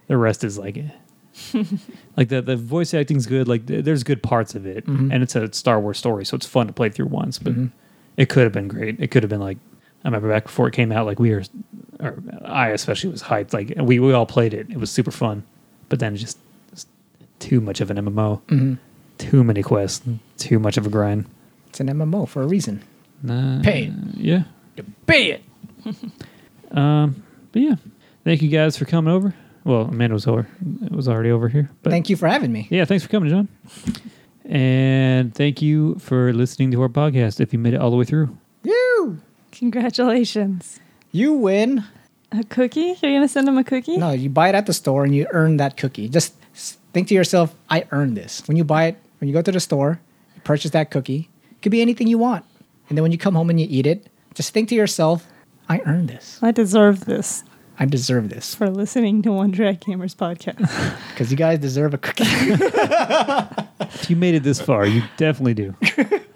the rest is like, eh.
(laughs)
like the, the voice acting's good. Like th- there's good parts of it.
Mhm.
And it's a Star Wars story. So it's fun to play through once. But
Mhm.
it could have been great. It could have been like I remember back before it came out, like we were, or I especially was hyped. Like we we all played it. It was super fun, but then just it's too much of an MMO,
Mhm.
too many quests, too much of a grind.
It's an MMO for a reason.
Nah,
Pain.
Yeah.
Pay it.
Um. But yeah, thank you guys for coming over. Well, Amanda was over. It was already over here. But
Thank you for having me.
Yeah, thanks for coming, John. And thank you for listening to our podcast. If you made it all the way through,
You
Congratulations.
you win.
A cookie? You're gonna send him a cookie?
No, you buy it at the store and you earn that cookie. Just s- think to yourself, I earned this. When you buy it, when you go to the store, you purchase that cookie. It could be anything you want. And then when you come home and you eat it, just think to yourself, I earned this.
I deserve this
I deserve this.
for listening to One Track Gamers podcast.
Because you guys deserve a cookie, (laughs)
if you made it this far, you definitely do.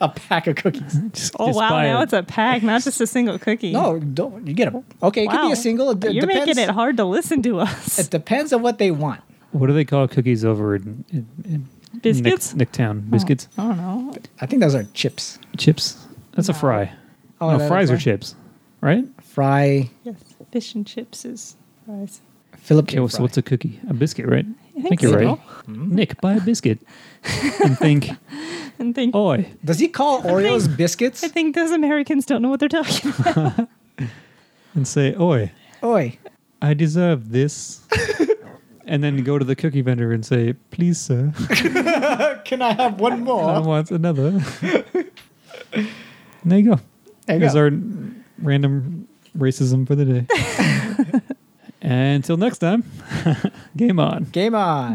a pack of cookies.
Just-
Oh
just
wow!
buy
Now
it.
it's a pack, not
(laughs)
just a single cookie.
No, don't. You get a. Okay, it could be
Wow.
a single. It d-
You're
depends.
making it hard to listen to us.
It depends on what they want.
What do they call cookies over in, in, in
(laughs) Biscuits? Oh.
Nick, Nicktown biscuits,
I don't know.
I think those are chips.
chips. That's a
No.
fry.
Oh,
no,
that is
fries are
right.
chips, right?
Fry.
Yes, fish and chips is fries.
Philip
Okay,
K.
well,
Fry. Mm-hmm.
so what's a cookie? A biscuit, right? I
think
you're
so.
right. Nick, buy a biscuit and
(laughs)
think,
And think,
oi,
Does
(laughs)
he call Oreos biscuits?
I think those Americans don't know what they're talking about.
and say, oi,
Oi.
I deserve
(laughs)
this. and then go to the cookie vendor and say, please, sir,
Can I have one
I
more?
want another. (laughs) And there you go.
There you
There's
go.
our random racism for the day.
(laughs)
Until next time, (laughs) game on.
Game on.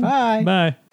(laughs) Bye.
Bye.